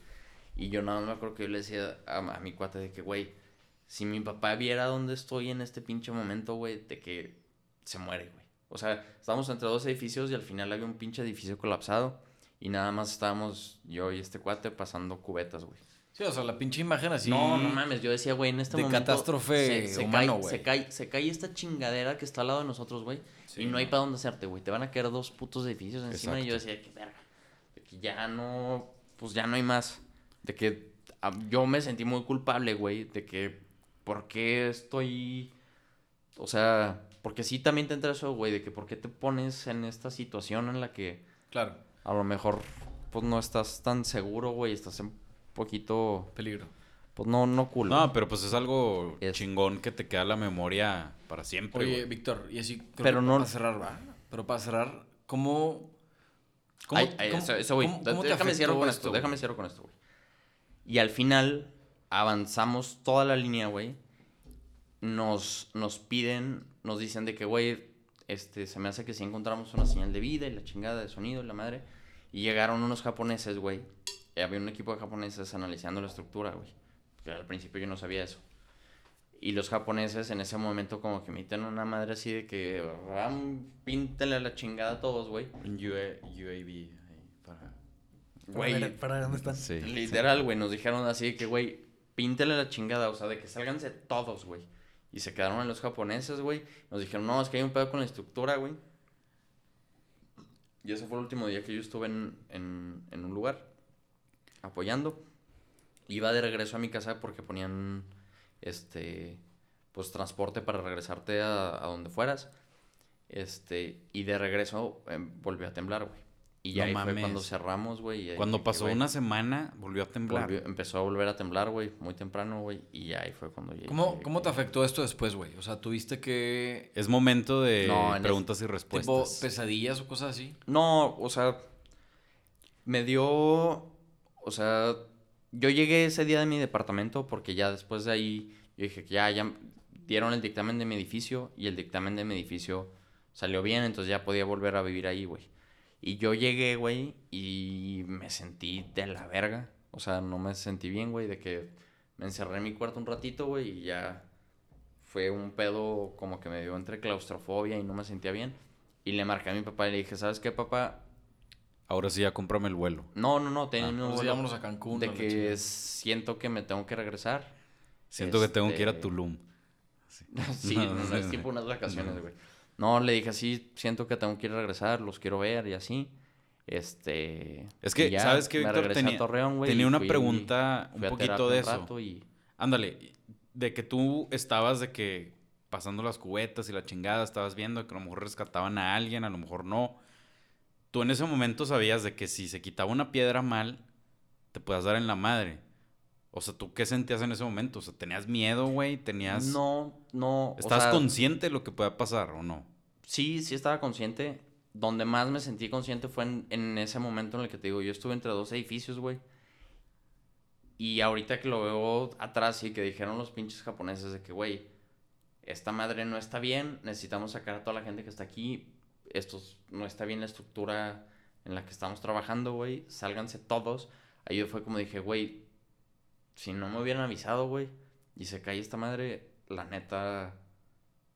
S2: Y yo nada más me acuerdo que yo le decía a, a mi cuate de que, güey, si mi papá viera dónde estoy en este pinche momento, güey, de que se muere, güey. O sea, estábamos entre dos edificios y al final había un pinche edificio colapsado y nada más estábamos yo y este cuate pasando cubetas, güey.
S4: Sí, o sea, la pinche imagen así.
S2: No, no mames, yo decía, güey, en este
S4: De
S2: momento
S4: catástrofe
S2: se, se
S4: humano,
S2: cae,
S4: güey.
S2: se cae, se cae esta chingadera que está al lado de nosotros, güey,
S4: Sí,
S2: y no,
S4: no.
S2: hay para dónde hacerte, güey. Te van a caer dos putos edificios encima y yo
S1: Exacto.
S2: decía, que verga. de que ya no, pues ya no hay más. De que ah, yo me sentí muy culpable, güey, de que por qué estoy o sea, porque sí también te entra eso, güey, de que por qué te pones en esta situación en la que
S4: Claro,
S2: a lo mejor pues no estás tan seguro, güey, estás un poquito
S4: peligro.
S2: pues no no cool. güey.
S1: No, pero pues es algo
S2: Es-
S1: chingón que te queda la memoria para siempre.
S4: Oye,
S1: güey.
S4: Víctor, y así. creo
S2: Pero
S4: que
S2: no-
S4: Para cerrar, va. Pero para cerrar, ¿cómo. cómo-
S2: Ay, ay,
S4: cómo-
S2: eso, eso, güey.
S4: cómo-
S2: Da-
S4: cómo te
S2: déjame
S4: afectó
S2: cierro con esto,
S4: güey?
S2: déjame cierro con esto, güey. Y al final avanzamos toda la línea, güey. Nos, nos piden, nos dicen de que, güey, este, se me hace que si encontramos una señal de vida y la chingada de sonido y la madre. Y llegaron unos japoneses, güey. Y había un equipo de japoneses analizando la estructura, güey. Que al principio yo no sabía eso. Y los japoneses en ese momento como que emiten una madre así de que... "Ram, Píntale a la chingada a todos, güey.
S1: Un UA- UAV ahí para-
S3: Para
S2: Güey,
S3: ver- para ver dónde están.
S1: Sí.
S2: Literal, güey, nos dijeron así de que, güey, píntele la chingada, o sea, de que salganse todos, güey. Y se quedaron en los japoneses, güey. Nos dijeron, no, es que hay un pedo con la estructura, güey. Y ese fue el último día que yo estuve en, en, en un lugar apoyando. Iba de regreso a mi casa porque ponían, este, pues transporte para regresarte a, a donde fueras. Este, y de regreso em, volvió a temblar, güey. Y ya
S1: No
S2: ahí fue
S1: mames.
S2: cuando cerramos, güey. y ahí
S1: Cuando
S2: dije,
S1: pasó
S2: "Güey,
S1: una semana, volvió a temblar.
S2: Volvió- empezó a volver a temblar, güey, muy temprano, güey, y ya ahí fue cuando llegué.
S4: ¿Cómo, ¿Cómo te afectó esto después, güey? O sea, tuviste que.
S1: Es momento de
S2: No, en pues,
S1: preguntas y
S4: Tipo,
S1: respuestas.
S4: pesadillas o cosas así.
S2: No, o sea, me dio, o sea, yo llegué ese día de mi departamento porque ya después de ahí yo dije que ya, ya dieron el dictamen de mi edificio y el dictamen de mi edificio salió bien, entonces ya podía volver a vivir ahí, güey. Y yo llegué, güey, y me sentí de la verga. O sea, no me sentí bien, güey, de que me encerré en mi cuarto un ratito, güey, y ya fue un pedo como que me dio entre claustrofobia y no me sentía bien. Y le marqué a mi papá y le dije, ¿sabes qué, papá?
S1: Ahora sí, ya cómprame el vuelo.
S2: No, no, no,
S4: Ah,
S2: tenemos
S4: pues sí, vámonos a Cancún, a
S2: De
S4: la
S2: que
S4: chingada.
S2: siento que me tengo que regresar.
S1: Siento que tengo que ir a
S2: Este,
S1: Tulum.
S2: sí,
S1: No,
S2: no,
S1: no,
S2: no, es
S1: no.
S2: tiempo de unas vacaciones, güey. No, le dije así, siento que tengo que ir a regresar, los quiero ver y así. Este.
S1: Es
S2: y
S1: que,
S2: ya,
S1: ¿sabes qué,
S2: me
S1: Víctor?
S2: regresé a
S1: Tenía,
S2: Torreón, güey,
S1: tenía
S2: y
S1: una
S2: fui-
S1: pregunta
S2: fui
S1: un
S2: a
S1: poquito
S2: terapia
S1: de
S2: un
S1: eso.
S2: rato y-
S1: Ándale, de que tú estabas de que pasando las cubetas y la chingada, estabas viendo que a lo mejor rescataban a alguien, a lo mejor no. Tú en ese momento sabías de que si se quitaba una piedra mal, te podías dar en la madre. O sea, ¿tú qué sentías en ese momento? O sea, ¿tenías miedo, güey? ¿Tenías...
S2: No, no. o
S1: ¿Estás
S2: sea,
S1: consciente de lo que pueda pasar o no?
S2: Sí, sí estaba consciente. Donde más me sentí consciente fue en, en ese momento en el que te digo, yo estuve entre dos edificios, güey. Y ahorita que lo veo atrás y que dijeron los pinches japoneses de que, güey, esta madre no está bien, necesitamos sacar a toda la gente que está aquí, esto es- no está bien la estructura en la que estamos trabajando, güey, sálganse todos. Ahí yo fue como dije, güey, si no me hubieran avisado, güey, y se cae esta madre, la neta,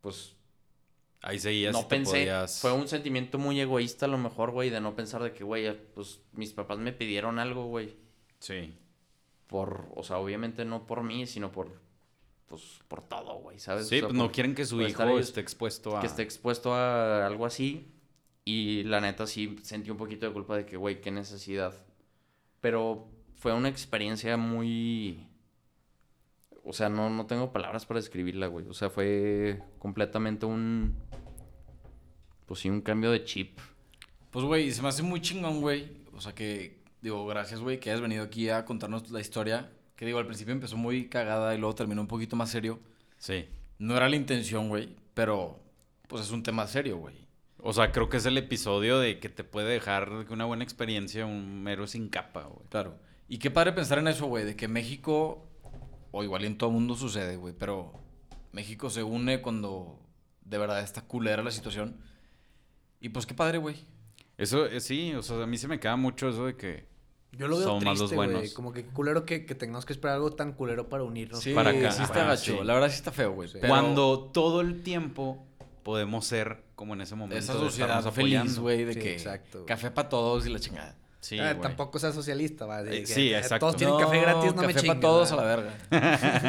S2: pues
S1: Ahí seguías y
S2: no
S1: te
S2: pensé.
S1: podías-
S2: Fue un sentimiento muy egoísta, a lo mejor, güey, de no pensar de que, güey, pues mis papás me pidieron algo, güey.
S1: Sí.
S2: Por, o sea, obviamente no por mí, sino por pues, por todo, güey, ¿sabes?
S1: Sí,
S2: O sea,
S1: pues no
S2: por-
S1: quieren que su
S2: por
S1: hijo
S2: estar ellos-
S1: esté expuesto a...
S2: que esté expuesto a algo así. Y la neta sí sentí un poquito de culpa de que, güey, qué necesidad. Pero fue una experiencia muy... O sea, no, no tengo palabras para describirla, güey. O sea, fue completamente un... Pues sí, un cambio de chip.
S4: Pues, güey, se me hace muy chingón, güey. O sea que, digo, gracias, güey, que hayas venido aquí a contarnos la historia. Que digo, al principio empezó muy cagada y luego terminó un poquito más serio.
S1: Sí.
S4: No era la intención, güey, pero pues es un tema serio, güey.
S1: O sea, creo que es el episodio de que te puede dejar una buena experiencia un mero sin capa, güey.
S4: Claro. Y qué padre pensar en eso, güey, de que México, o igual en todo mundo sucede, güey, pero México se une cuando de verdad está culera la situación. Y pues qué padre, güey.
S1: Eso, eh, sí, o sea, a mí se me queda mucho eso de que...
S3: Yo lo veo
S1: Somos los
S3: triste, güey.
S1: buenos.
S3: Como que culero que, que tengamos que esperar algo tan culero para unirnos.
S4: Sí,
S1: para acá.
S4: sí está
S1: Ah,
S4: gacho.
S1: sí.
S4: La verdad sí está feo, güey. pero
S1: Cuando todo el tiempo podemos ser como en ese momento.
S4: esa
S1: de
S4: sociedad
S1: estarnos
S4: feliz,
S1: apoyando.
S4: güey, de
S3: Sí,
S4: que
S3: exacto, güey.
S4: café para todos y la chingada.
S1: Sí,
S3: Ah,
S1: güey.
S3: tampoco sea socialista, va. de
S1: Eh,
S3: que,
S1: sí,
S3: eh,
S1: exacto.
S3: Todos tienen
S4: No,
S3: café gratis, no me
S4: Café
S3: chingas.
S4: para todos a
S3: ¿verdad?
S4: la verga.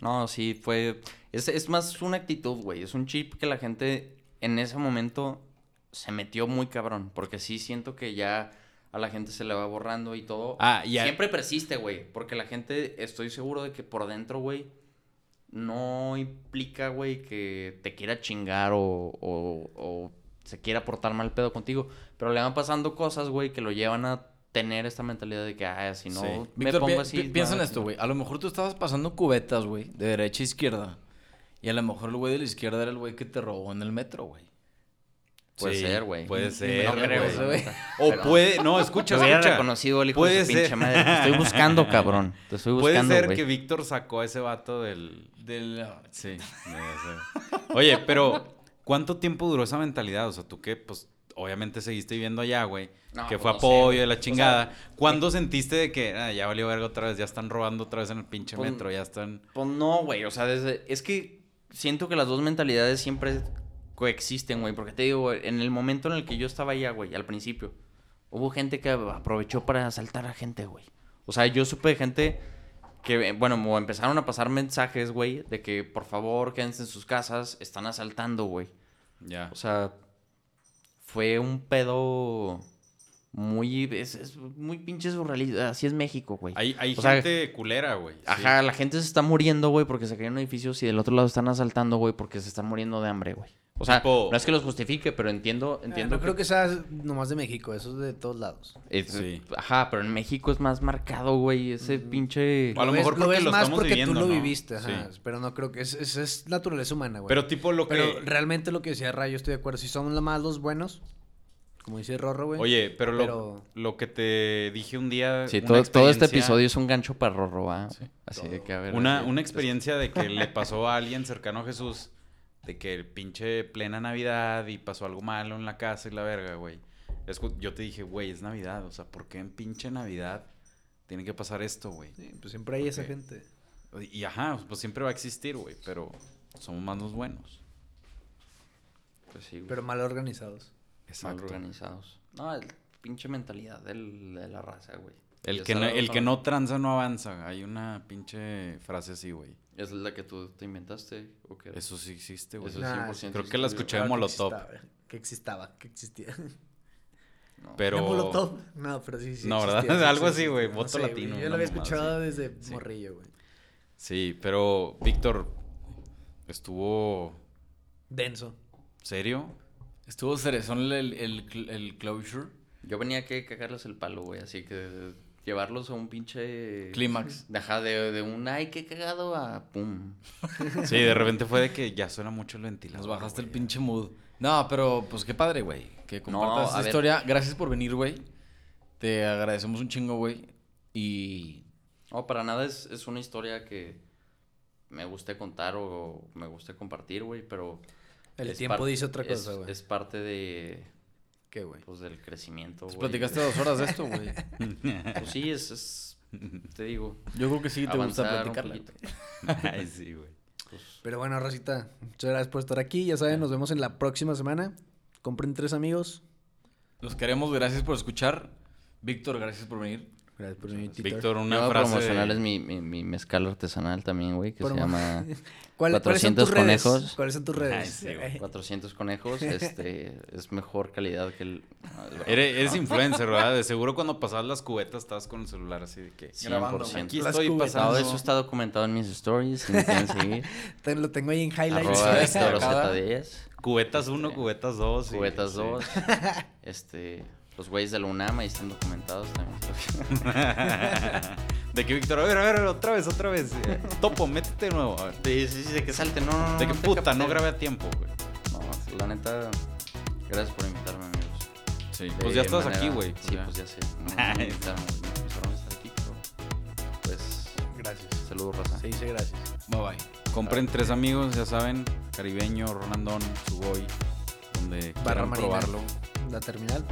S2: No, sí, fue... Es, es más una actitud, güey. Es un chip que la gente en ese momento se metió muy cabrón. Porque sí siento que ya a la gente se le va borrando y todo.
S1: Ah, y a-
S2: Siempre persiste, güey. Porque la gente, estoy seguro de que por dentro, güey, no implica, güey, que te quiera chingar o, o- o se quiera portar mal pedo contigo. Pero le van pasando cosas, güey, que lo llevan a tener esta mentalidad de que, ah, si no
S1: Sí.
S2: me
S4: Víctor,
S2: pongo
S4: pi-
S2: así.
S4: pi- piensa en
S2: no,
S4: esto, güey. A lo mejor tú estabas pasando cubetas, güey, de derecha a izquierda. Y a lo mejor el güey de la izquierda era el güey que te robó en el metro, güey.
S2: Puede
S1: Sí,
S2: ser, güey.
S1: Puede ser,
S2: No creo,
S1: güey.
S2: la
S4: güey.
S2: neta.
S1: O
S2: Pero-
S1: puede... No,
S2: Te
S1: escucha,
S2: hubiera
S1: escucha.
S2: reconocido el hijo
S1: Puede
S2: de su pinche
S1: ser.
S2: madre. Te estoy buscando, cabrón. Te estoy
S1: Puede
S2: buscando,
S1: ser
S2: güey.
S1: que Víctor sacó a ese vato del...
S4: Del...
S1: Sí. debe ser. Oye, pero ¿cuánto tiempo duró esa mentalidad? O sea, tú que, pues, obviamente seguiste viviendo allá, güey.
S2: No,
S1: que
S2: pues
S1: fue
S2: no sé,
S1: apoyo de
S2: güey.
S1: la
S2: O
S1: chingada. ¿Cuándo sentiste de que "Ah, ya valió verga otra vez? Ya están robando otra vez en el pinche
S2: Pues,
S1: metro, ya están.
S2: Pues no, güey. O sea, desde. Es que siento que las dos mentalidades siempre coexisten, güey. Porque te digo, güey, en el momento en el que yo estaba allá, güey, al principio, hubo gente que aprovechó para asaltar a gente, güey. O sea, yo supe de gente que, eh, bueno, mo- empezaron a pasar mensajes, güey, de que por favor quédense en sus casas, están asaltando, güey.
S1: Ya.
S2: O sea, fue un pedo muy. Es, es muy pinche surrealista. Así es México, güey.
S1: Hay, hay
S2: o sea,
S1: gente culera, güey. sí.
S2: Ajá, la gente se está muriendo, güey, porque se cayeron edificios y del otro lado están asaltando, güey, porque se están muriendo de hambre, güey. O sea,
S1: Tipo-
S2: no es que los justifique, pero entiendo,
S3: Ah,
S2: entiendo
S3: no creo que sea nomás de México, eso es de todos lados.
S2: es-
S1: Sí.
S2: Ajá, pero en México es más marcado, güey, ese pinche...
S1: A lo
S3: ves-
S1: mejor porque lo
S3: más
S1: estamos
S3: porque
S1: viviendo,
S3: tú lo
S1: ¿no?
S3: viviste, ajá,
S1: Sí.
S3: pero no creo que es, es, es naturaleza humana, güey.
S1: Pero tipo lo
S3: Pero
S1: que.
S3: realmente lo que decía Rayo, estoy de acuerdo. Si somos la más los buenos, como dice Rorro, güey.
S1: Oye, pero lo,
S3: pero-
S1: lo que te dije un día.
S2: Sí,
S1: una
S2: todo, todo
S1: experiencia-
S2: este episodio es un gancho para Rorro, ¿va? Así de que, a ver...
S1: Una,
S2: así-
S1: una experiencia de que le pasó a alguien cercano a Jesús, de que el pinche plena Navidad y pasó algo malo en la casa y la verga, güey. Es cu- yo te dije, güey, es Navidad, o sea, ¿por qué en pinche Navidad tiene que pasar esto, güey?
S3: Sí, pues siempre hay esa
S1: Ok.
S3: gente.
S1: Y ajá, pues siempre va a existir, güey, pero somos más los buenos.
S2: Pues sí, güey,
S3: Pero mal organizados.
S2: mal organizados. No, el pinche mentalidad del- de la raza, güey.
S1: El
S2: Ya
S1: que, no,
S2: sabes,
S1: el que no tranza no avanza. Hay una pinche frase así, güey.
S2: ¿Es la que tú te inventaste o qué?
S1: Eso sí existe, güey.
S2: Eso
S3: Nah,
S2: es 100%
S1: creo que la escuché de
S3: Claro que
S1: Molotov,
S3: existaba, Que existaba, que existía.
S2: No.
S1: pero...
S3: ¿De Molotov? No, pero sí, sí.
S1: No, ¿verdad?
S3: existía, sí
S1: Algo así,
S3: existía.
S1: güey,
S3: No
S1: voto
S3: sé, güey,
S1: latino,
S3: Yo
S1: una
S3: lo había
S1: mamada
S3: escuchado desde
S1: Sí.
S3: morrillo, güey.
S1: Sí, pero Víctor estuvo
S3: Denso.
S1: serio.
S4: Estuvo cerezón el, el, cl- el closure.
S2: Yo venía que cagarles el palo, güey, así que llevarlos a un pinche...
S4: Clímax.
S2: Deja de, de un ay, qué cagado a pum.
S1: Sí, de repente fue de que ya suena mucho el
S4: Nos
S1: ventilador.
S4: bajaste el
S1: güey.
S4: pinche mood. No, pero pues qué padre, güey. Que compartas
S2: a
S4: esta
S2: ver.
S4: historia. Gracias por venir, güey. Te agradecemos un chingo, güey. Y
S2: No, para nada es, es una historia que me guste contar o me guste compartir, güey, pero...
S3: El
S2: es
S3: tiempo
S2: par-
S3: dice otra
S2: es-
S3: cosa, güey.
S2: Es, parte de,
S3: ¿Qué, güey?
S2: pues, del crecimiento,
S4: pues,
S2: güey.
S4: platicaste dos horas de esto, güey.
S2: Pues sí, es, es- te digo,
S4: Yo creo que sí te gusta
S2: avanzar un
S4: platicarla.
S2: poquito.
S1: Ay, sí, güey.
S3: Pero bueno, Rosita, muchas gracias por estar aquí. Ya saben, nos vemos en la próxima semana. Compren tres amigos.
S4: Los queremos, gracias por escuchar. Víctor, gracias por venir.
S3: Gracias por venir, Titor.
S1: Víctor,
S2: Yo
S1: una
S2: voy a
S1: frase.
S2: promocionar
S1: de-
S2: es mi, mi, mi mezcal artesanal también, güey, que
S3: Promo-
S2: se llama
S3: ¿Cuál- ¿Cuáles son
S2: 400
S3: tus redes?
S2: conejos.
S3: ¿Cuáles son tus redes?
S1: Ay, sí, güey.
S2: 400 conejos. Este es mejor calidad que el. Ah, es broma.
S1: Eres, eres influencer, ¿verdad? De seguro cuando pasabas las cubetas estabas con el celular así de que.
S2: 100%.
S1: Aquí
S3: Las
S1: estoy
S3: cubetas.
S1: pasando.
S2: Todo eso está documentado en mis stories. Si me quieren seguir,
S3: Te- lo tengo ahí en highlights.
S2: arroba
S1: esto,
S2: Víctor
S1: acaba.
S2: Z10,
S1: Cubetas 1, cubetas 2.
S2: cubetas 2. Este, los güeyes de la UNAM ahí están documentados también.
S1: de que Víctor, a ver, a ver, otra vez, otra vez. Eh, Topo, métete de nuevo. a ver.
S2: Sí, sí, sí, de que salte, no, no, no.
S1: De que
S2: no te
S1: puta,
S2: capte.
S1: no grabé a tiempo, güey.
S2: No, la neta, gracias por invitarme, amigos.
S1: Sí,
S2: De
S1: pues ya estás
S2: manera-
S1: aquí, güey.
S2: Sí,
S1: ya.
S2: pues ya sé. No, no me invitaron, güey, me forzaron a estar aquí, pero, Pues,
S3: Gracias.
S2: saludos, raza.
S3: Se dice gracias.
S4: Bye bye.
S1: Compren tres amigos, ya saben. Caribeño, Rolandón, Suboy. Donde
S3: Barra
S1: quieran
S3: Marina.
S1: probarlo.
S3: La terminal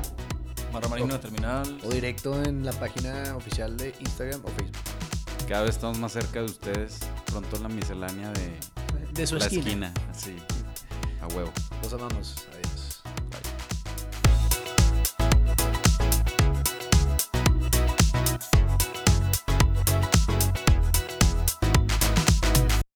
S4: Barra Marina Terminal.
S3: o directo en la página oficial de Instagram o Facebook.
S1: Cada vez estamos más cerca de ustedes. Pronto la miscelánea de
S3: De su
S1: la
S3: esquina.
S1: esquina. Así. A huevo.
S3: Los amamos. Adiós.